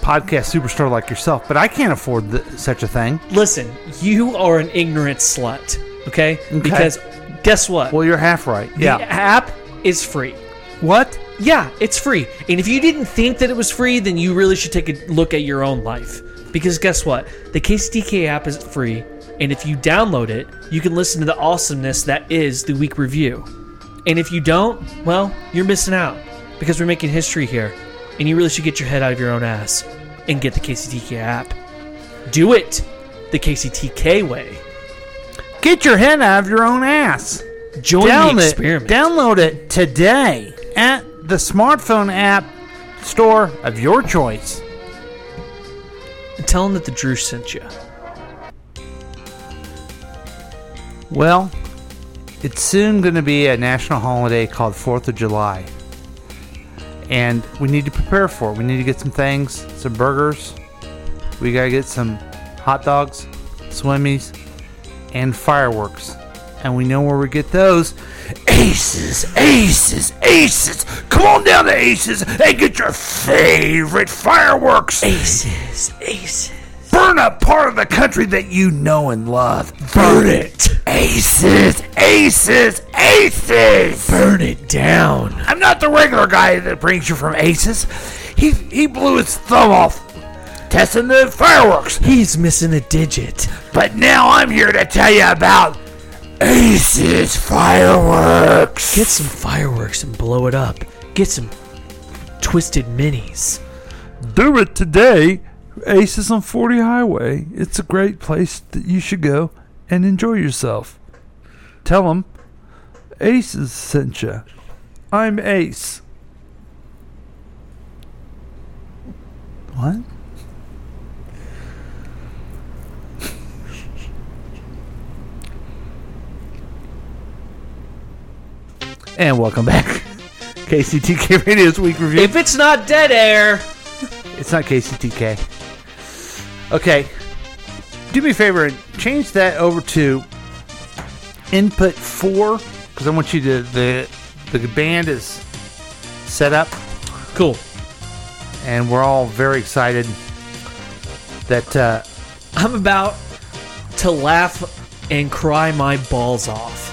podcast superstar like yourself, but I can't afford th- such a thing. Listen, you are an ignorant slut, okay? Because guess what? Well, you're half right. Yeah. The app is free. What? Yeah, it's free. And if you didn't think that it was free, then you really should take a look at your own life. Because guess what? The KCDK app is free. And if you download it, you can listen to the awesomeness that is the week review. And if you don't, well, you're missing out. Because we're making history here. And you really should get your head out of your own ass and get the KCTK app. Do it the KCTK way. Get your head out of your own ass. Join the it- experiment. download it today at the smartphone app store of your choice. And tell them that the Drew sent you. Well, it's soon going to be a national holiday called 4th of July. And we need to prepare for it. We need to get some things, some burgers. We got to get some hot dogs, swimmies, and fireworks. And we know where we get those. Aces, aces, aces. Come on down to Aces and get your favorite fireworks. Aces, aces. Burn a part of the country that you know and love. Burn it. Aces, aces, aces. Burn it down. I'm not the regular guy that brings you from Aces. He he blew his thumb off testing the fireworks. He's missing a digit. But now I'm here to tell you about Aces fireworks. Get some fireworks and blow it up. Get some twisted minis. Do it today. Aces on 40 Highway. It's a great place that you should go and enjoy yourself. Tell them Aces sent you. I'm Ace. What? And welcome back. KCTK Radio's Week Review. If it's not dead air, It's not KCTK. Okay. Do me a favor and change that over to input four because I want you to the the band is set up. Cool. And we're all very excited that uh, I'm about to laugh and cry my balls off.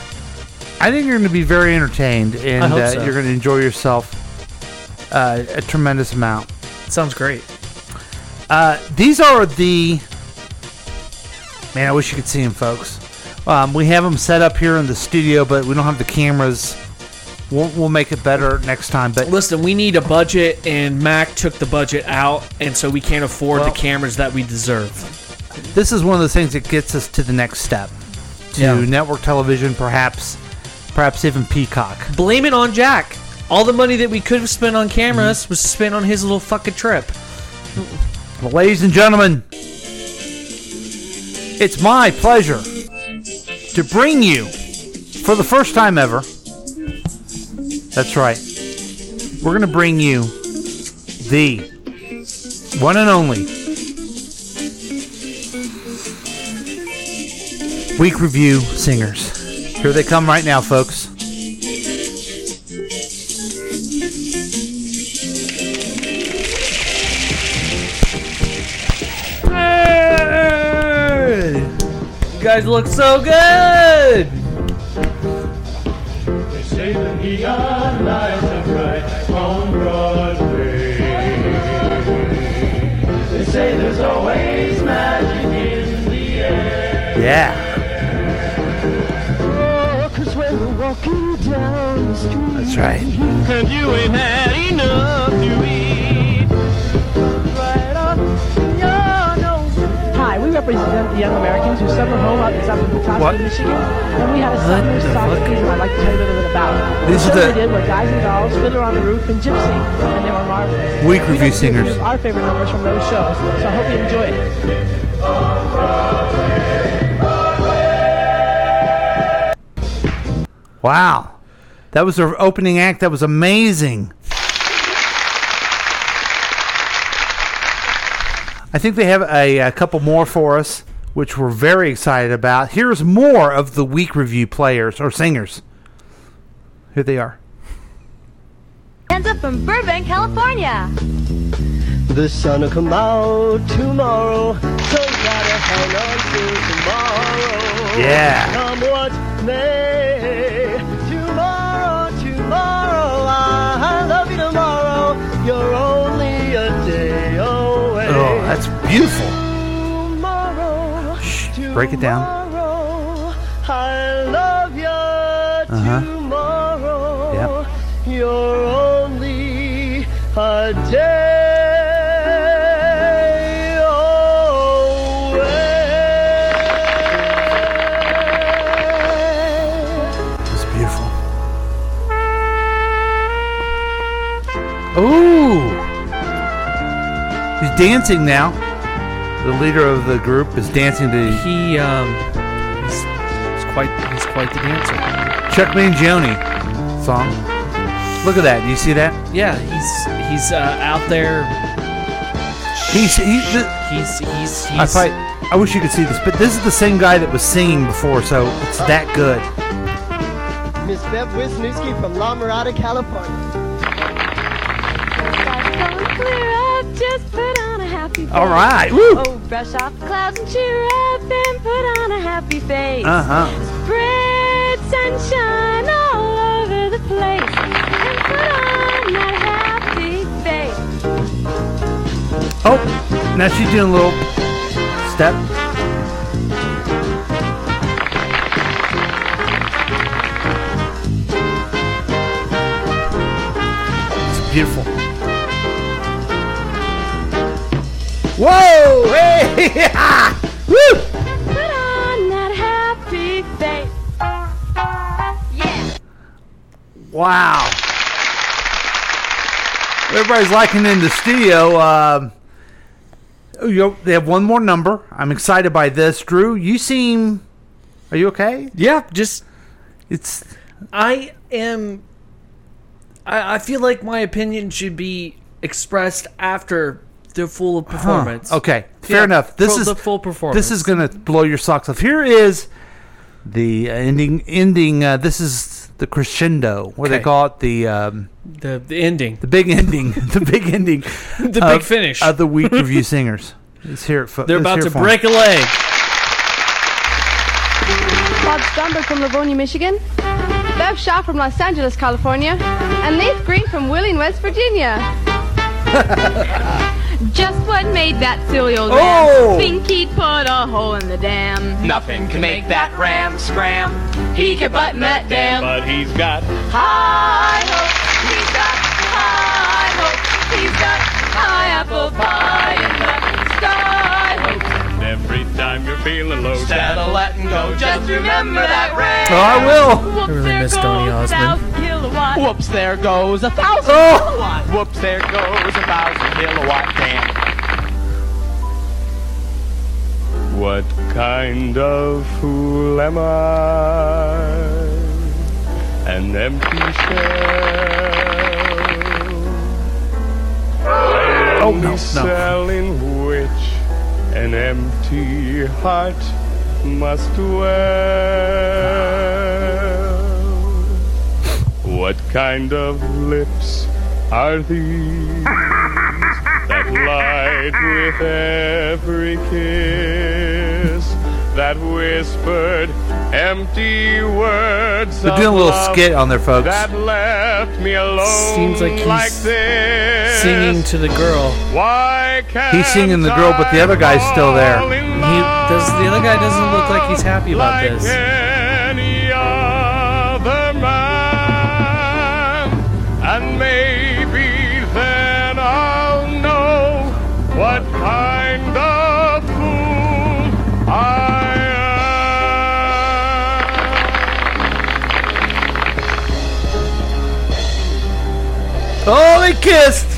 I think you're going to be very entertained and I hope uh, so. you're going to enjoy yourself uh, a tremendous amount. Sounds great. Uh, these are the Man, I wish you could see him, folks. Um, we have him set up here in the studio, but we don't have the cameras. We'll, we'll make it better next time. But listen, we need a budget, and Mac took the budget out, and so we can't afford Well- the cameras that we deserve. this is one of those things that gets us to the next step to Yeah. network television, perhaps, perhaps even Peacock. Blame it on Jack. All the money that we could have spent on cameras was spent on his little fucking trip. Well, ladies and gentlemen, it's my pleasure to bring you, for the first time ever, that's right, we're going to bring you the one and only Week Review Singers. Here they come right now, folks. You guys look so good. They say the neon lights are bright on Broadway. They say there's always magic in the air. Yeah, Oh, cause when we're walking down the street. that's right. And you ain't had enough to eat. Right on your nose. Hi, we represent the young Americans who summer home out in southern Petoskey, Michigan, and we had a summer soccer season I'd like to tell you a little bit about. These the shows are the- we did were Guys and Dolls, Fiddler on the Roof, and Gypsy, and they were marvelous. Week We review got two singers. of Our favorite numbers from those shows, so I hope you enjoy it. Wow. That was their opening act. That was amazing. I think they have a, a couple more for us, which we're very excited about. Here's more of the week review players or singers. Here they are. Ends up from Burbank, California. The sun will come out tomorrow, so gotta hang on to tomorrow. Yeah. Come what may. Tomorrow, tomorrow, I love you tomorrow. You're only a day away. Oh, that's beautiful. Shh, break it down. I love you Uh-huh. tomorrow. Yep. You're only a day away. That's beautiful. Ooh. He's dancing now. The leader of the group is dancing to He um he's, he's quite he's quite the dancer. Chuck Me and Joni song. Look at that. Do you see that? Yeah, he's he's uh, out there. He's he's he's he's, I, probably, I wish you could see this, but this is the same guy that was singing before, so it's that good. Miss Bev Wisniewski from La Mirada, California. Clear up, just put on a happy face. All right, woo. Oh, brush off the clouds and cheer up and put on a happy face. Uh-huh. Spread sunshine all over the place and put on that happy face. Oh, now she's doing a little step. It's beautiful. Whoa! Hey! ha! Woo! Put on that happy face. Wow. Everybody's liking in the studio. Um, oh, you know, they have one more number. I'm excited by this. Drew, you seem. Are you okay? Yeah, just. It's. I am. I, I feel like my opinion should be expressed after the full performance. Huh. Okay, fair enough. This full- is the full performance. This is going to blow your socks off. Here is the uh, ending. Ending. Uh, this is the crescendo. What they Okay. call it? The um, the the ending. The big ending. the big ending. The of- big finish. of the week review singers. Let's hear it. Fo- They're about let's to hear it for 'em. break a leg. Bob Stromberg from Livonia, Michigan. Bev Shaw from Los Angeles, California. And Leith Green from Wheeling, West Virginia. Just what made that silly old Oh! man think he'd put a hole in the dam? Nothing can make that ram scram. He could butt met dam. But he's got High hopes, he's got high hopes, he's got high apple pie in the sky. every time you're feeling low. Saddle letting go. Oh, Just remember that ram. Oh, I I really miss Donny Osmond. kilowatt. Whoops, there goes a thousand kilowatt. Whoops, there goes a thousand kilowatt dam. What kind of fool am I? An empty shell. Oh, no, selling which an empty heart must dwell. What kind of lips are these that light with every kiss that whispered empty words? They're doing a of little love skit on there, folks. That left me alone. Seems like he's singing to the girl. Why can't He's singing the girl, but the other guy's still there. He does. The other guy doesn't look like he's happy about this. any other man, and maybe then I'll know what kind of fool I Oh, they kissed.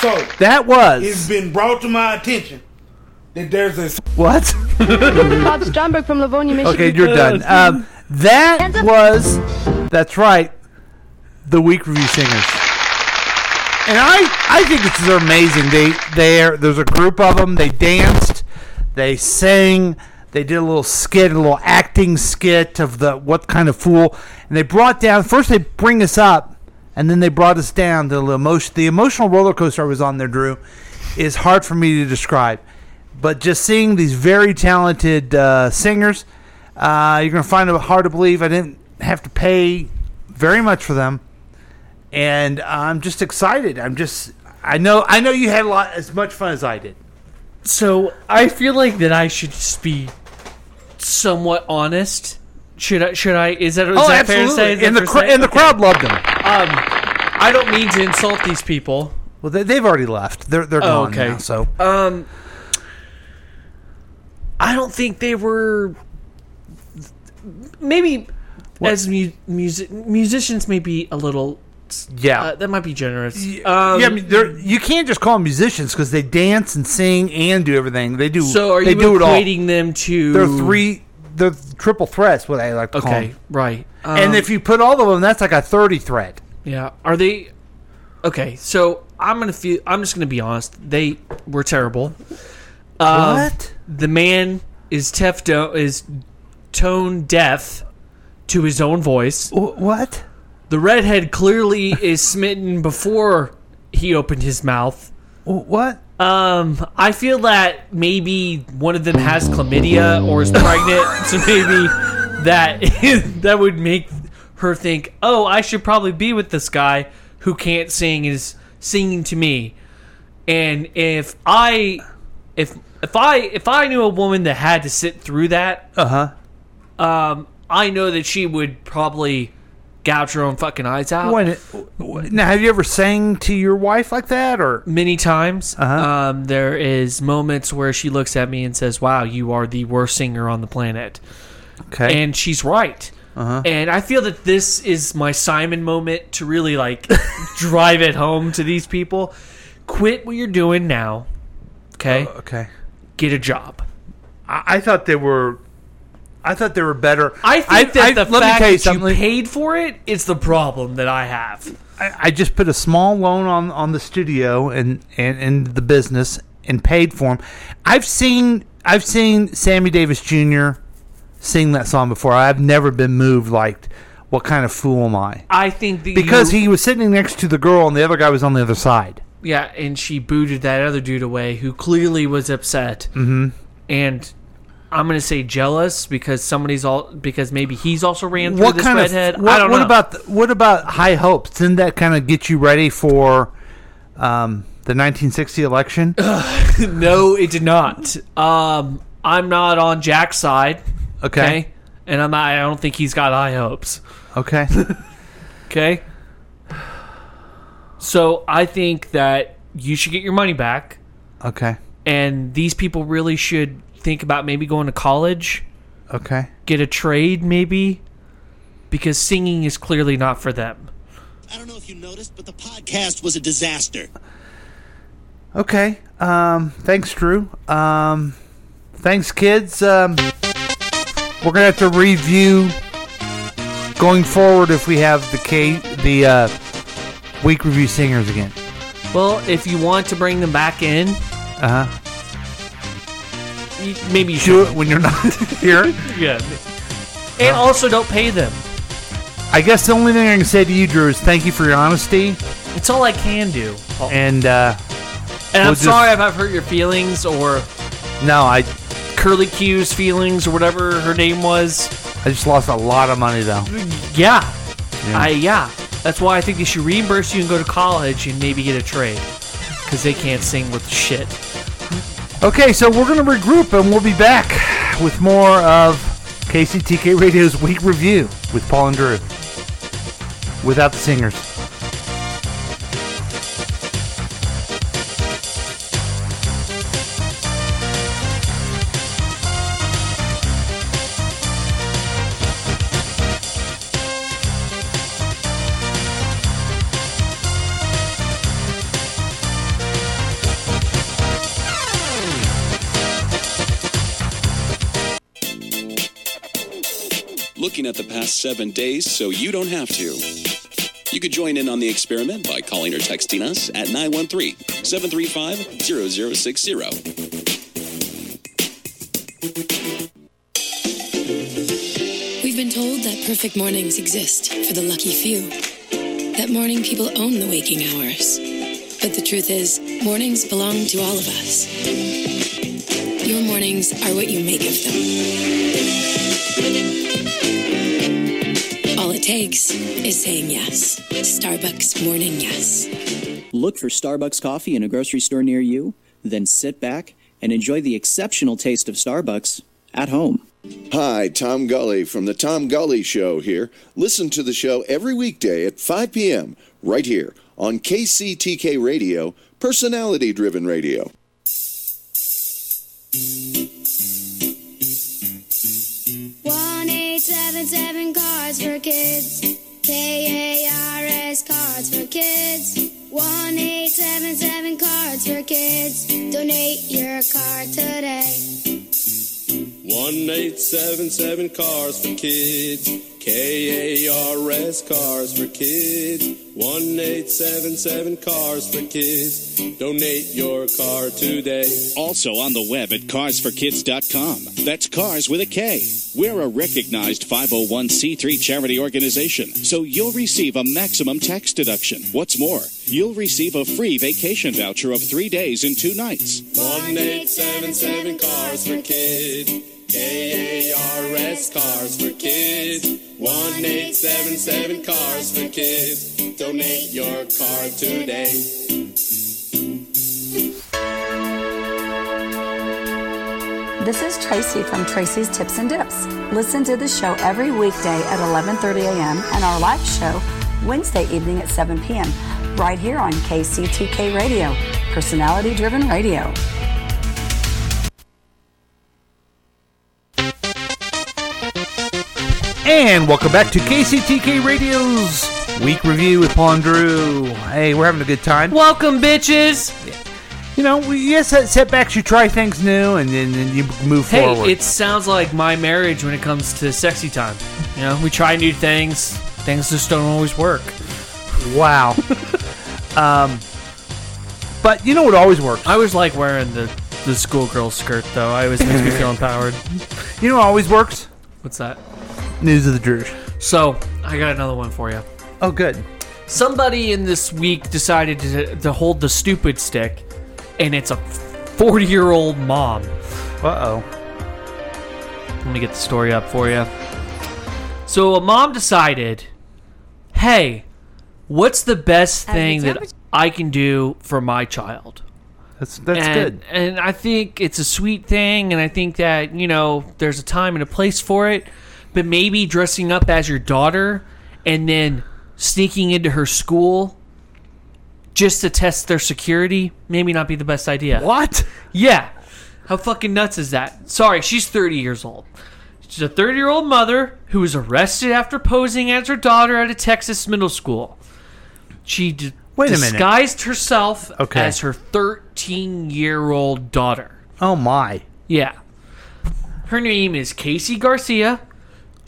So that was. It's been brought to my attention that there's a What? Bob Stromberg from Livonia, Michigan. okay, you're done. Um, that was. That's right. The week review singers. And I, I think this is amazing. They, they are, there's a group of them. They danced, they sang, they did a little skit, a little acting skit of the what kind of fool. And they brought down. First, they bring us up, and then they brought us down. The emotion, the emotional roller coaster I was on there, Drew, is hard for me to describe. But just seeing these very talented uh, singers, uh, you're gonna find it hard to believe I didn't have to pay very much for them and I'm just excited. I'm just I know I know you had a lot as much fun as I did. So I feel like that I should just be somewhat honest. Should I? Should I? Is that, is Oh, that fair to absolutely. say? Is that And the fair to cr- say? and the crowd loved them. Um, I don't mean to insult these people. Well, they, they've already left. They're they're Oh, gone okay. now. So Um, I don't think they were. Maybe as mu- music musicians, may be a little. Yeah. uh, that might be generous. um, yeah, I mean, they're, you can't just call them musicians because they dance and sing and do everything. They do. So are they you do it all. equating them to? They're three. They're triple threats. What I like to call. Okay, 'em. right. Um, and if you put all of them, that's like a thirty threat. Yeah. Are they okay? So I'm gonna feel. I'm just gonna be honest. They were terrible. Um, What? The man is tefto is tone deaf to his own voice. Oh. What? The redhead clearly is smitten before he opened his mouth. What? Um, I feel that maybe one of them has chlamydia or is pregnant, so maybe that that would make her think, "Oh, I should probably be with this guy who can't sing and is singing to me." And if I if if I if I knew a woman that had to sit through that, uh huh, um, I know that she would probably gouge her own fucking eyes out. When it- now, have you ever sang to your wife like that, or many times? Uh-huh. Um, there is moments where she looks at me and says, "Wow, you are the worst singer on the planet." Okay. and she's right. Uh-huh. And I feel that this is my Simon moment to really like drive it home to these people. Quit what you're doing now. Okay. okay. Get a job. I, I thought they were. I thought they were better. I think that the let me fact that tell you you something. paid for it is the problem that I have. I just put a small loan on, on the studio and, and, and the business and paid for them. I've seen I've seen Sammy Davis Jr. sing that song before. I've never been moved like what kind of fool am I? I think that Because you, he was sitting next to the girl and the other guy was on the other side. yeah, Mm-hmm. and she booted that other dude away who clearly was upset. Mhm. And I'm gonna say jealous because somebody's all because maybe he's also ran through What this kind redhead. of what, I don't what know. about th- what about high hopes? Didn't that kind of get you ready for um, the 1960 election? no, it did not. Um, I'm not on Jack's side. Okay. and I'm not, I don't think he's got high hopes. Okay. Okay. So I think that you should get your money back, okay. and these people really should think about maybe going to college, Okay. get a trade, maybe, because singing is clearly not for them. podcast was a disaster. Okay. Um, thanks, Drew. Um, thanks, kids. Um, we're gonna have to review going forward if we have the K the uh, week review singers again. Well, if you want to bring them back in, Uh huh. you- maybe you Do should. it when you're not here. yeah. And also, don't pay them. I guess the only thing I can say to you, Drew, is thank you for your honesty. It's all I can do. And uh, And we'll I'm just- sorry if I've hurt your feelings or No, I Curly Q's feelings or whatever her name was. I just lost a lot of money though. Yeah. Yeah. I yeah. That's why I think they should reimburse you and go to college and maybe get a trade because they can't sing with shit. Okay, so we're gonna regroup and we'll be back with more of KCTK Radio's week review with Paul and Drew. Without the singers. looking at the past seven days so you don't have to. You could join in on the experiment by calling or texting us at 913 735 0060. We've been told that perfect mornings exist for the lucky few, that morning people own the waking hours. But the truth is, mornings belong to all of us. Your mornings are what you make of them. All it takes is saying yes. Starbucks Morning Yes. Look for Starbucks coffee in a grocery store near you, then sit back and enjoy the exceptional taste of Starbucks at home. Hi, Tom Gully from The Tom Gully Show here. Listen to the show every weekday at 5 p.m. right here on KCTK Radio, personality driven radio. One eight seven seven cards for kids. K A R S cards for kids. One eight seven seven cards for kids. Donate your card today. 1877 cars for kids. K A R S cars for kids. 1877 cars for kids. Donate your car today. Also on the web at carsforkids.com. That's cars with a K. We're a recognized 501c3 charity organization, so you'll receive a maximum tax deduction. What's more, you'll receive a free vacation voucher of three days and two nights. 1877 cars for kids. K A R S cars for kids. 1877 cars for kids. Donate your car today. This is Tracy from Tracy's Tips and Dips. Listen to the show every weekday at 11:30 a.m. and our live show Wednesday evening at 7 p.m. right here on KCTK Radio, personality-driven radio. And welcome back to KCTK Radio's week review with Paul and Drew. Hey, we're having a good time. Welcome, bitches. You know, we, yes, at setbacks, you try things new, and then then you move Hey, forward. it sounds like my marriage when it comes to sexy time. You know, we try new things. Things just don't always work. Wow. um, but you know what always works? I always like wearing the the schoolgirl skirt though. I always makes me feel empowered. You know what always works? What's that? News of the Drew. So I got another one for you. Oh, good. Somebody in this week decided to, to hold the stupid stick, and it's a forty-year-old mom. Uh oh. Let me get the story up for you. So a mom decided, hey, what's the best thing that I can do for my child? That's that's and, good. And I think it's a sweet thing, and I think that you know there's a time and a place for it. But maybe dressing up as your daughter and then sneaking into her school just to test their security maybe not be the best idea. What? Yeah. How fucking nuts is that? Sorry, she's 30 years old. She's a 30 year old mother who was arrested after posing as her daughter at a Texas middle school. She d- Wait a minute. disguised herself Okay. as her 13 year old daughter. Oh my. Yeah. Her name is Casey Garcia.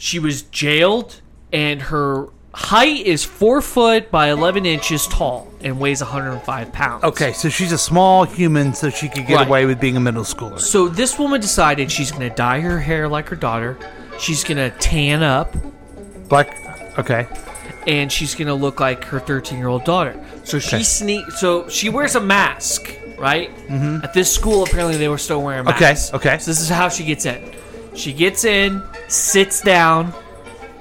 She was jailed, and her height is 4 foot by 11 inches tall and weighs 105 pounds. Okay, so she's a small human, so she could get Right. away with being a middle schooler. So this woman decided she's gonna dye her hair like her daughter. She's gonna tan up. Black. Okay. And she's gonna look like her 13 year old daughter. So she sneak. So she wears a mask, right? Mhm. At this school, apparently they were still wearing Okay, masks. Okay. So this is how she gets in. She gets in, sits down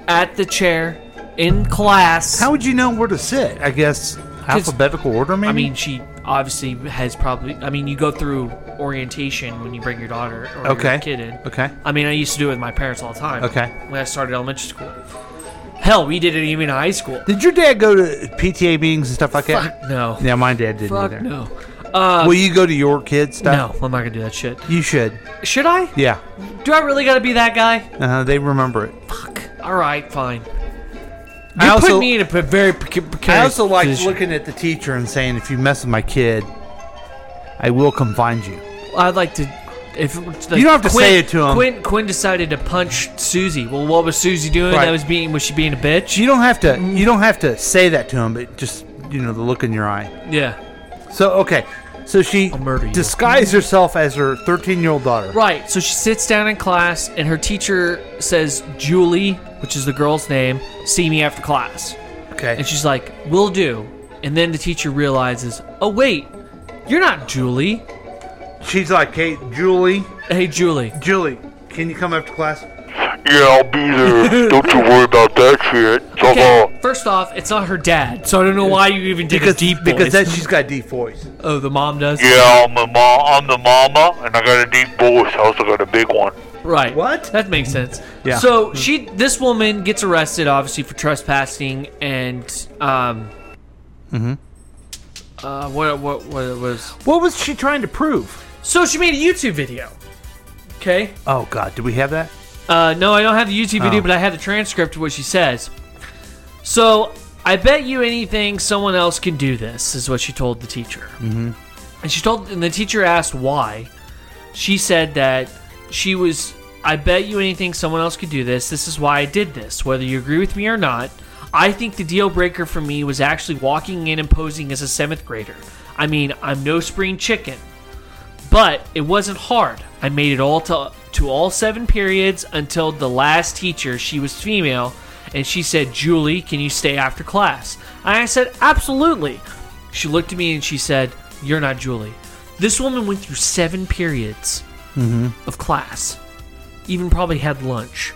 at the chair in class. How would you know where to sit? I guess alphabetical order, maybe. I mean, she obviously has probably. I mean, you go through orientation when you bring your daughter or Okay. your kid in. Okay. I mean, I used to do it with my parents all the time. Okay. When I started elementary school. Hell, we did it even in high school. Did your dad go to PTA meetings and stuff like Fuck that? no. Yeah, my dad didn't Fuck either. no. Uh, Will you go to your kids' stuff? No, I'm not gonna do that shit. You should. Should I? Yeah. Do I really gotta be that guy? Uh, they remember it. All right, fine. I You also- put me in a pre- very preca- precarious I also like position. looking at the teacher and saying, "If you mess with my kid, I will come find you." I'd like to. If You don't have to say it to him. Quinn, Quinn decided to punch Susie. Well, what was Susie doing? Right. That was being was she being a bitch? You don't have to. You don't have to say that to him, but just you know the look in your eye. Yeah. So okay, so she disguised herself as her 13 year old daughter. Right. So she sits down in class, and her teacher says, "Julie," which is the girl's name, "see me after class." Okay. And she's like, "Will do." And then the teacher realizes, "Oh wait, you're not Julie." She's like, "Hey, Julie." Hey, Julie. Julie, can you come after class? Yeah, I'll be there. Don't you worry about that shit. So Uh-huh. long. Okay. First off, it's not her dad, so I don't know why you even did Because- a deep voice. because that- she's got a deep voice. Oh, the mom does. Yeah, I'm, a ma- I'm the mama, and I got a deep voice. I also got a big one. Right. What? That makes sense. Yeah. So she, this woman, gets arrested obviously for trespassing and um, Mm-hmm. uh, what what what was? What was she trying to prove? So she made a YouTube video. Okay. Oh God, do we have that? Uh, no, I don't have the YouTube video, Oh. but I have the transcript of what she says. So I bet you anything, someone else can do this. Is what she told the teacher. Mm-hmm. And she told, and the teacher asked why. She said that she was, I bet you anything someone else could do this. This is why I did this, whether you agree with me or not. I think the deal breaker for me was actually walking in and posing as a seventh grader. I mean, I'm no spring chicken, but it wasn't hard. I made it all to, to all seven periods until the last teacher, she was female, and she said, Julie, can you stay after class? And I said, absolutely. She looked at me and she said, You're not Julie. This woman went through seven periods Mm-hmm. of class, even probably had lunch.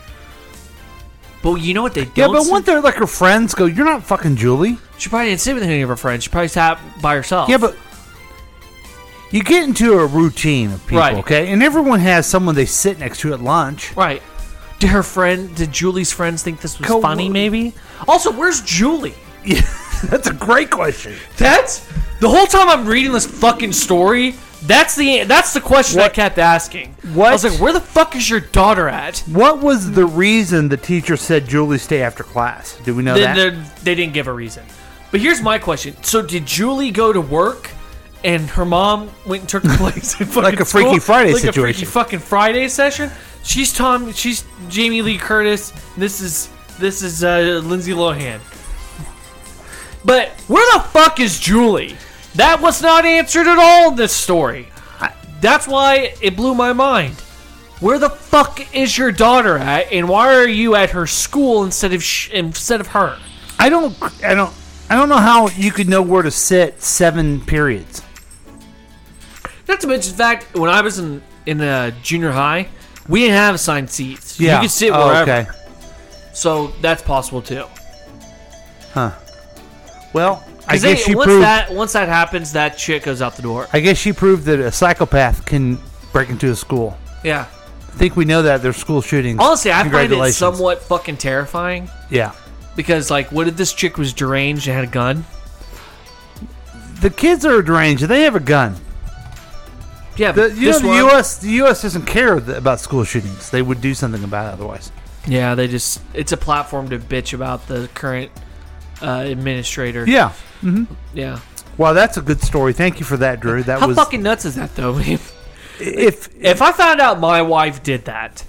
But you know what they Yeah, don't but see? won't there like her friends go, "You're not fucking Julie"? She probably didn't sit with any of her friends. She probably sat by herself. Yeah, but you get into a routine of people, Right. okay? And everyone has someone they sit next to at lunch. Right. Did her friend, did Julie's friends think this was funny? Maybe. Also, where's Julie? Yeah, that's a great question. That's the whole time I'm reading this fucking story. That's the that's the question I kept asking. What? I was like, where the fuck is your daughter at? What was the reason the teacher said Julie stay after class? Do we know They- that? they're- They didn't give a reason. But here's my question: So did Julie go to work, and her mom went and took her place at fucking Like a Freaky school? Friday like a freaky situation. fucking Friday session? She's Tom. She's Jamie Lee Curtis. This is this is uh, Lindsay Lohan. But where the fuck is Julie? That was not answered at all in this story. I- That's why it blew my mind. Where the fuck is your daughter at, and why are you at her school instead of sh- instead of her? I don't, I don't, I don't know how you could know where to sit seven periods. Not to mention the fact when I was in in uh, junior high, We didn't have assigned seats. Yeah. You could sit Oh, wherever. okay. So that's possible too. Huh. Well, I 'Cause guess they- she once proved. that once that happens, that shit goes out the door. I guess she proved that a psychopath can break into a school. Yeah. I think we know that there's school shootings. Honestly, I find it Congratulations. somewhat fucking terrifying Yeah. because like, what if this chick was deranged and had a gun? The kids are deranged. They have a gun. Yeah, The, but you know, this the one- U.S. The U.S. doesn't care th- about school shootings. They would do something about it otherwise. Yeah, they just it's a platform to bitch about the current uh, administrator. Yeah. hmm Yeah. Wow, that's a good story. Thank you for that, Drew. That How was fucking nuts is that though? if if I found out my wife did that,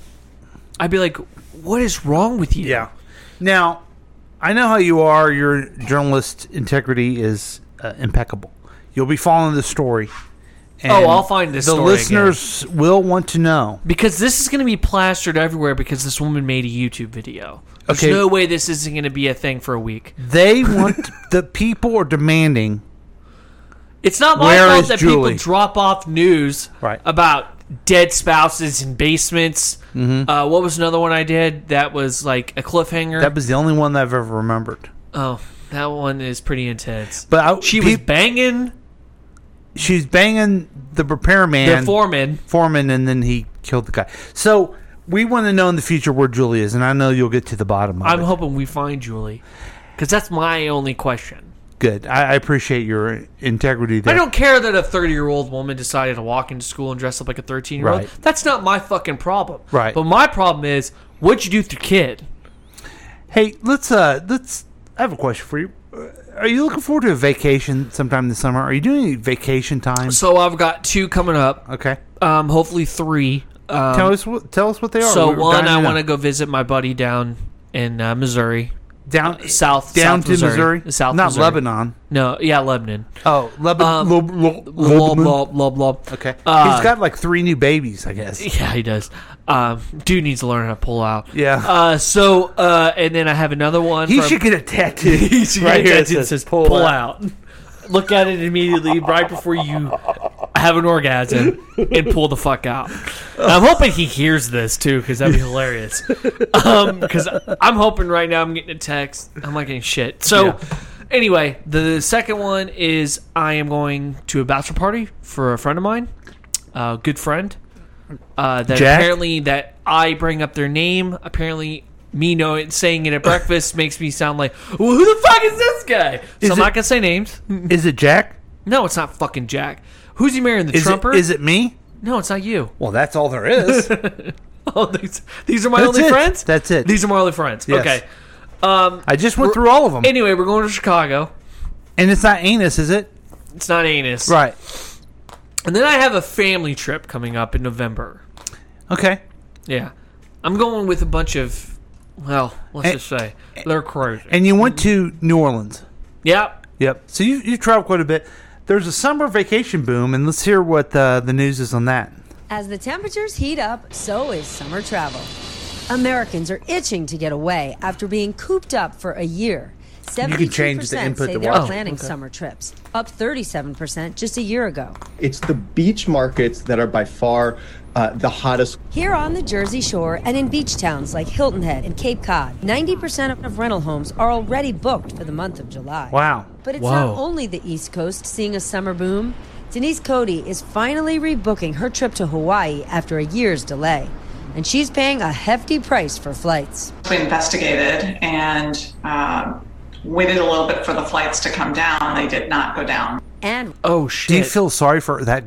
I'd be like, "What is wrong with you?" Yeah. Now, I know how you are. Your journalist integrity is uh, impeccable. You'll be following the story. Oh, I'll find this The story listeners will want to know. because this is going to be plastered everywhere because this woman made a YouTube video. There's Okay. no way this isn't going to be a thing for a week. They want the people are demanding. It's not my Where fault is that Julie? people drop off news about dead spouses in basements. Mhm. Uh, what was another one I did that was like a cliffhanger? That was the only one that I've ever remembered. oh, that one is pretty intense. But I, she was banging. She's banging the repairman, The foreman. foreman, and then he killed the guy. So we want to know in the future where Julie is, and I know you'll get to the bottom of I'm it. hoping we find Julie because that's my only question. Good. I, I appreciate your integrity there. I don't care that a 30 year old woman decided to walk into school and dress up like a 13 year old. Right. That's not my fucking problem. Right. But my problem is, what'd you do with your kid? Hey, let's uh let's I have a question for you. Uh, Are you looking forward to a vacation sometime this summer? Are you doing any vacation time? So I've got two coming up. Okay. Um, hopefully three. Um, tell us what tell us what they are. So We're one, dying I know. want to go visit my buddy down in uh, Missouri, down uh, south, down south to Missouri? south, Not Missouri. Um, Lebanon. No, yeah, Lebanon. Oh, Lebanon. Lob, lob, lob, Lebanon. lob, lob, lob. Okay, Uh, he's got like three new babies, I guess. Yeah, he does. Um, dude needs to learn how to pull out. Yeah. Uh, so, uh, and then I have another one. He from- should get a tattoo. he should Right get a here it tattoo that says, says "Pull pull, out. Look at it immediately right before you have an orgasm and pull the fuck out. And I'm hoping he hears this too because that'd be hilarious. Because Um, I'm hoping right now I'm getting a text. I'm not getting shit. So, Yeah. anyway, the second one is I am going to a bachelor party for a friend of mine, a good friend. Uh, that Jack? apparently that I bring up their name. Apparently, me knowing saying it at breakfast makes me sound like, well, who the fuck is this guy? So Is I'm it- not gonna say names. Is it Jack? No, it's not fucking Jack. Who's he marrying? The Is it- Trumper? is it me? No, it's not you. Well, that's all there is. oh, these, these are my That's only it. friends. That's it. These are my only friends. Yes. Okay. Um, I just went we're- through all of them. Anyway, we're going to Chicago. and it's not anus, is it? It's not anus, Right. And then I have a family trip coming up in November. Okay. Yeah, I'm going with a bunch of, well, let's And- just say they're crazy. And you went to New Orleans. Yep. Yep. So you, you travel quite a bit. There's a summer vacation boom, and let's hear what uh, the news is on that. As the temperatures heat up, so is summer travel. Americans are itching to get away after being cooped up for a year. You can change the 72% input say to they're watch. planning Oh, okay. summer trips, up 37% just a year ago. It's the beach markets that are Oh. by far uh, the hottest. Here on the Jersey Shore and in beach towns like Hilton Head and Cape Cod, 90% of rental homes are already booked for the month of July. Wow. But it's Whoa. not only the East Coast seeing a summer boom. Denise Cody is finally rebooking her trip to Hawaii after a year's delay, and she's paying a hefty price for flights. We investigated and uh, waited a little bit for the flights to come down. They did not go down. And oh Do you feel sorry for that?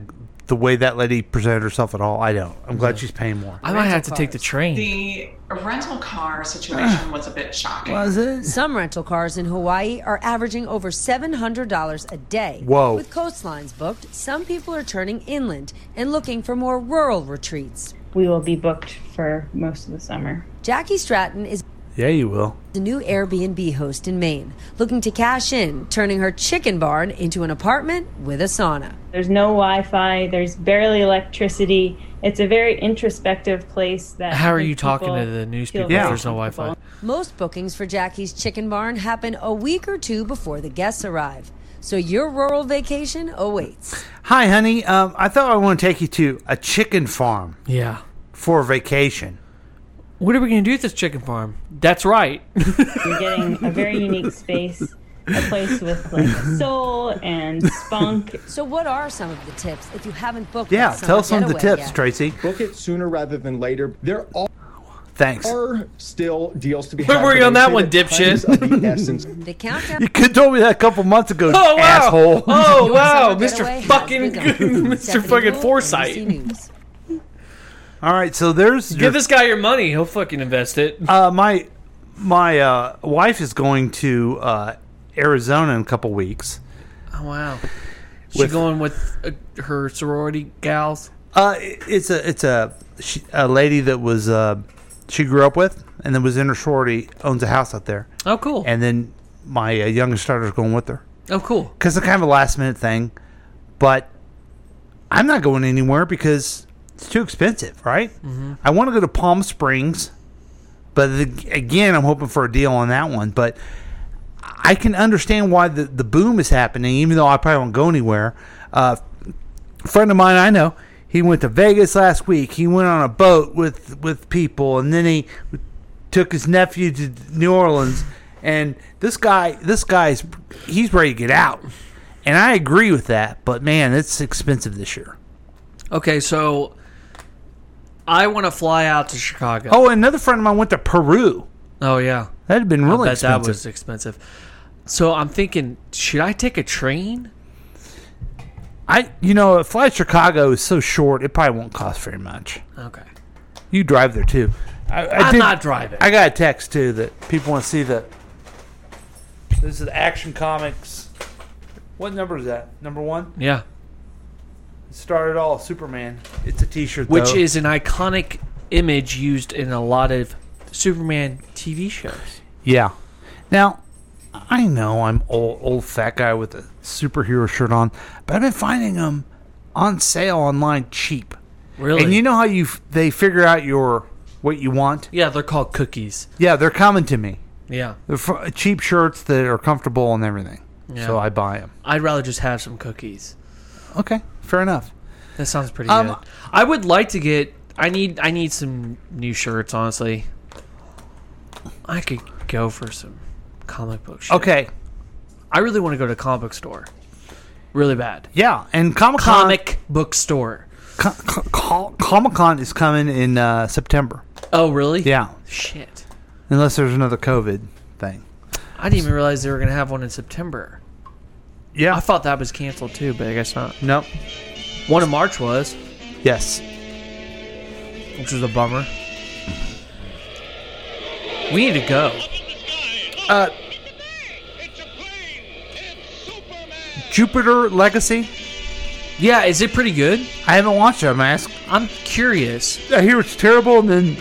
The way that lady presented herself at all, I don't. I'm glad she's paying more. I might have to take the train. the rental car situation was a bit shocking. Some rental cars in Hawaii are averaging over $700 a day. Whoa. With coastlines booked, some people are turning inland and looking for more rural retreats. We will be booked for most of the summer. Jackie Stratton is Yeah, you will. the new Airbnb host in Maine, looking to cash in, turning her chicken barn into an apartment with a sauna. There's no Wi Fi, there's barely electricity. It's a very introspective place that. How are I think you talking people to the news feel people very if there's no Wi Fi? Most bookings for Jackie's Chicken Barn happen a week or two before the guests arrive. So your rural vacation awaits. Hi, honey. Um, I thought I want to take you to a chicken farm. Yeah. for vacation. What are we going to do with this chicken farm? That's right. You're getting a very unique space, a place with like soul and spunk. So, what are some of the tips if you haven't booked? Yeah, that tell us summer some of the getaway tips, yet? Tracy. Book it sooner rather than later. There are Thanks. are still deals to be. Where had, were but you on I that would one, say that dipshit? time is of the essence. The countdown. You could have told me that a couple months ago, Oh wow! asshole. Oh wow, Your summer Mr. getaway Fucking has begun. Mr. Stephanie Fucking Moore, NBC Foresight. News. All right, so there's your- Give this guy your money. He'll fucking invest it. uh, my my uh, wife is going to uh, Arizona in a couple weeks. Oh wow. She With- going with uh, her sorority gals. Uh, it- it's a it's a she, a lady that was uh, she grew up with and then was in her sorority owns a house out there. Oh, cool. And then my uh, youngest daughter's going with her Oh, cool. because it's kind of a last minute thing. But I'm not going anywhere because it's too expensive, right? Mhm. I want to go to Palm Springs, but the, again, I'm hoping for a deal on that one. But I can understand why the, the boom is happening, even though I probably won't go anywhere. Uh, a friend of mine I know, he went to Vegas last week. He went on a boat with with people, and then he took his nephew to New Orleans. And this guy, this guy's he's ready to get out, and I agree with that. But man, it's expensive this year. Okay, so I want to fly out to Chicago. Oh, another friend of mine went to Peru. Oh yeah, that'd have been I really bet expensive. that was expensive. So I'm thinking, should I take a train? I, you know, a flight to Chicago is so short; it probably won't cost very much. Okay. You drive there too. I, I'm not driving. I got a text too that people want to see the. This is Action Comics. What number is that? Number one. Yeah. It started all Superman. It's a T-shirt, Which though. is an iconic image used in a lot of Superman TV shows. yeah. Now, I know I'm old, old fat guy with a superhero shirt on, but I've been finding them on sale online cheap. Really? And you know how you f- they figure out your what you want? Yeah, they're called cookies. Yeah, they're coming to me. Yeah. They're fr- cheap shirts that are comfortable and everything. Yeah. So I buy them. I'd rather just have some cookies. Okay, fair enough. That sounds pretty Um, good. I would like to get. I need. I need some new shirts. Honestly, I could go for some comic book. Shit. Okay. I really want to go to a comic book store. Really bad. Yeah, and Comic Con Comic book store. Comic Con is coming in uh, September. Oh, really? Yeah, Shit. unless there's another COVID thing. I didn't even realize they were gonna have one in September. Yeah. I thought that was canceled too, but I guess not. Nope. One in March was, Yes. which was a bummer. We need to go. Uh, Jupiter Legacy. Yeah, is it pretty good? I haven't watched it. I'm asked. I'm curious. I hear it's terrible, and then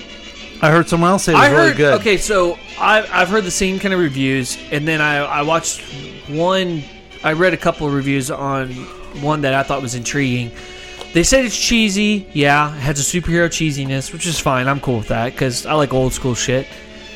I heard someone else say it was I heard. really good. Okay, so I, I've heard the same kind of reviews, and then I, I watched one. I read a couple of reviews on one that I thought was intriguing. They said it's cheesy. Yeah, it has a superhero cheesiness, which is fine. I'm cool with that because I like old school shit.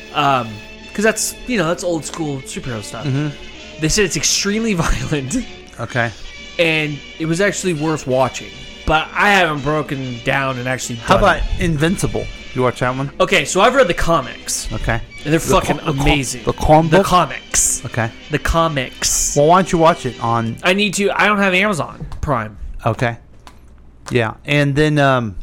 Because that's you know that's old school superhero stuff. Mhm. They said it's extremely violent. Okay. and it was actually worth watching. But I haven't broken down and actually. Done How about it. Invincible? You watch that one? Okay, so I've read the comics. Okay. And they're The co- fucking the co- amazing. the comic The book? comics. Okay. The comics. Well, why don't you watch it on? I need to. I don't have Amazon Prime. Okay. Yeah, and then um,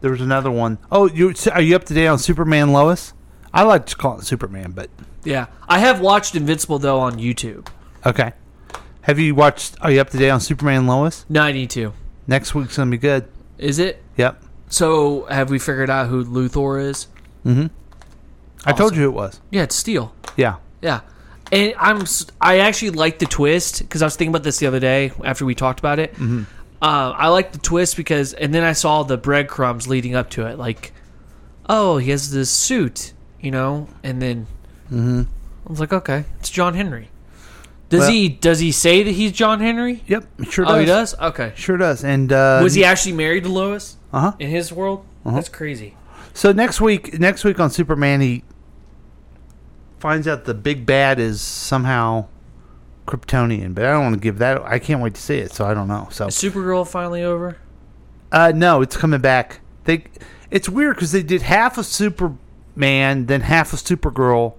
there was another one. Oh, you are you up to date on Superman Lois? I like to call it Superman, but Yeah, I have watched Invincible though on YouTube. okay. Have you watched? Are you up to date on Superman Lois? No, I need to. Next week's gonna be good. Is it? Yep. So have we figured out who Luthor is? Mm-hmm. I told you it was. Yeah, it's Steel. Yeah. Yeah. And I'm s- I actually like the twist because I was thinking about this the other day after we talked about it. Mm-hmm. Uh, I like the twist because, and then I saw the breadcrumbs leading up to it. Like, oh, he has this suit, you know, and then Mm-hmm. I was like, okay, it's John Henry. Does Well- he does he say that he's John Henry? Yep. it Sure. oh, does. he does. Okay. Sure does. And uh, Was he actually married to Lois? Uh huh. In his world, Uh-huh. that's crazy. So next week, next week on Superman, he finds out the big bad is somehow Kryptonian, but I don't want to give that. I can't wait to see it, so I don't know. So Is Supergirl finally over? uh, no, it's coming back. They It's weird because they did half of Superman, then half of Supergirl,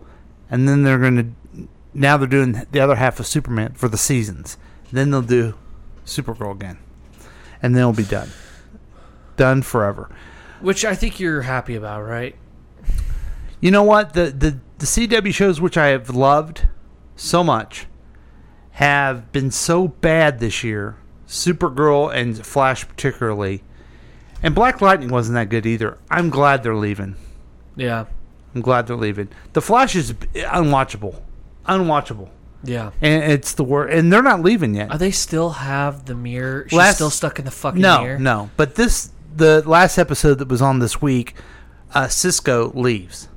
and then they're going to now they're doing the other half of Superman for the seasons. Then they'll do Supergirl again, and then it'll be done, done forever. Which I think you're happy about, right? You know what? The the the CW shows which I have loved so much have been so bad this year. Supergirl and Flash particularly. And Black Lightning wasn't that good either. I'm glad they're leaving. Yeah. I'm glad they're leaving. The Flash is unwatchable. Unwatchable. Yeah. And it's the worst. And they're not leaving yet. Are they still have the mirror? She's Last- still stuck in the fucking no, mirror. No, But this, the last episode that was on this week, uh, Cisco leaves.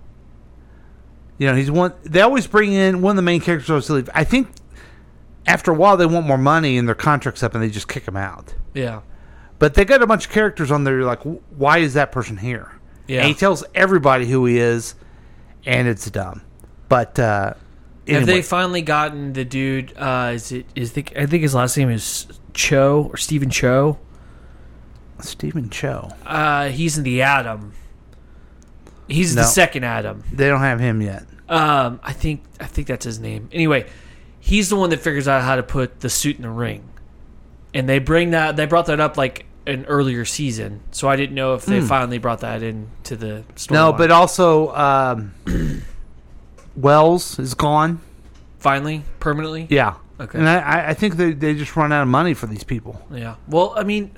You know, he's one. They always bring in one of the main characters always to leave. I think after a while they want more money and their contracts up, and they just kick him out. Yeah. But they got a bunch of characters on there. You're like, "Wh- why is that person here? Yeah. And he tells everybody who he is, and it's dumb. But uh, Have anyway. they finally gotten the dude? Uh, is it is the, I think his last name is Cho or Stephen Cho. Stephen Cho. Uh, he's in the Atom. He's the No. second Atom. They don't have him yet. Um, I think I think that's his name. Anyway, he's the one that figures out how to put the suit in the ring, and they bring that they brought that up like an earlier season. So I didn't know if they Hmm. finally brought that into the story. No, but uh, also um, Wells is gone. finally permanently. Yeah. Okay. And I- I, I think they, they just run out of money for these people. Yeah. Well, I mean,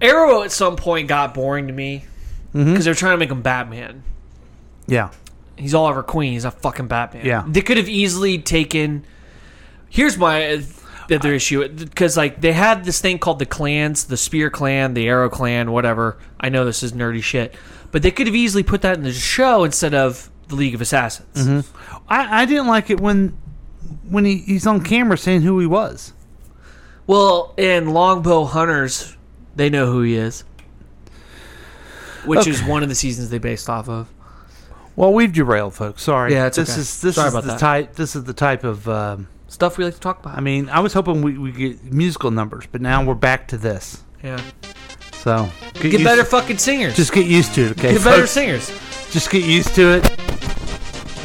Arrow at some point got boring to me because Mhm. they're trying to make him Batman. Yeah. He's Oliver Queen. He's not fucking Batman. Yeah. They could have easily taken. Here's my uh, other issue because like they had this thing called the clans, the Spear Clan, the Arrow Clan, whatever. I know this is nerdy shit, but they could have easily put that in the show instead of the League of Assassins. hmm I, I didn't like it when when he, he's on camera saying who he was. Well, and Longbow Hunters, they know who he is, which is Okay. one of the seasons they based off of. Well, we've derailed, folks. Sorry. Yeah, it's this okay. is this Sorry is about the that. type. This is the type of um, stuff we like to talk about. I mean, I was hoping we we get musical numbers, but now we're back to this. Yeah. So Get, used- better fucking singers. Just get used to it, okay? Get better folks? singers. Just get used to it.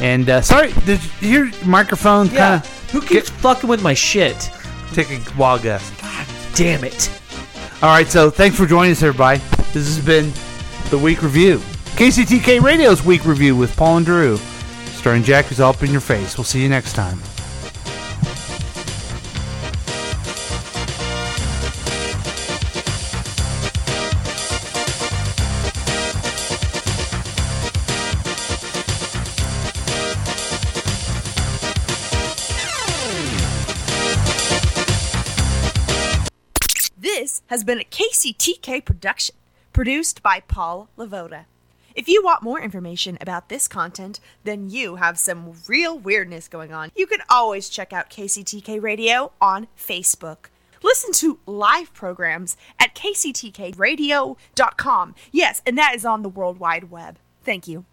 And uh, sorry, did you hear microphone Yeah. kind of? Who keeps fucking with my shit? Take a wild guess. God damn it. All right, so thanks for joining us, everybody. This has been the week review. KCTK Radio's week review with Paul and Drew. Starring Jack is all up in your face. We'll see you next time. This has been a KCTK production, produced by Paul Lavoda. If you want more information about this content, then you have some real weirdness going on. You can always check out KCTK Radio on Facebook. Listen to live programs at kctkradio.com. Yes, and that is on the World Wide Web. Thank you.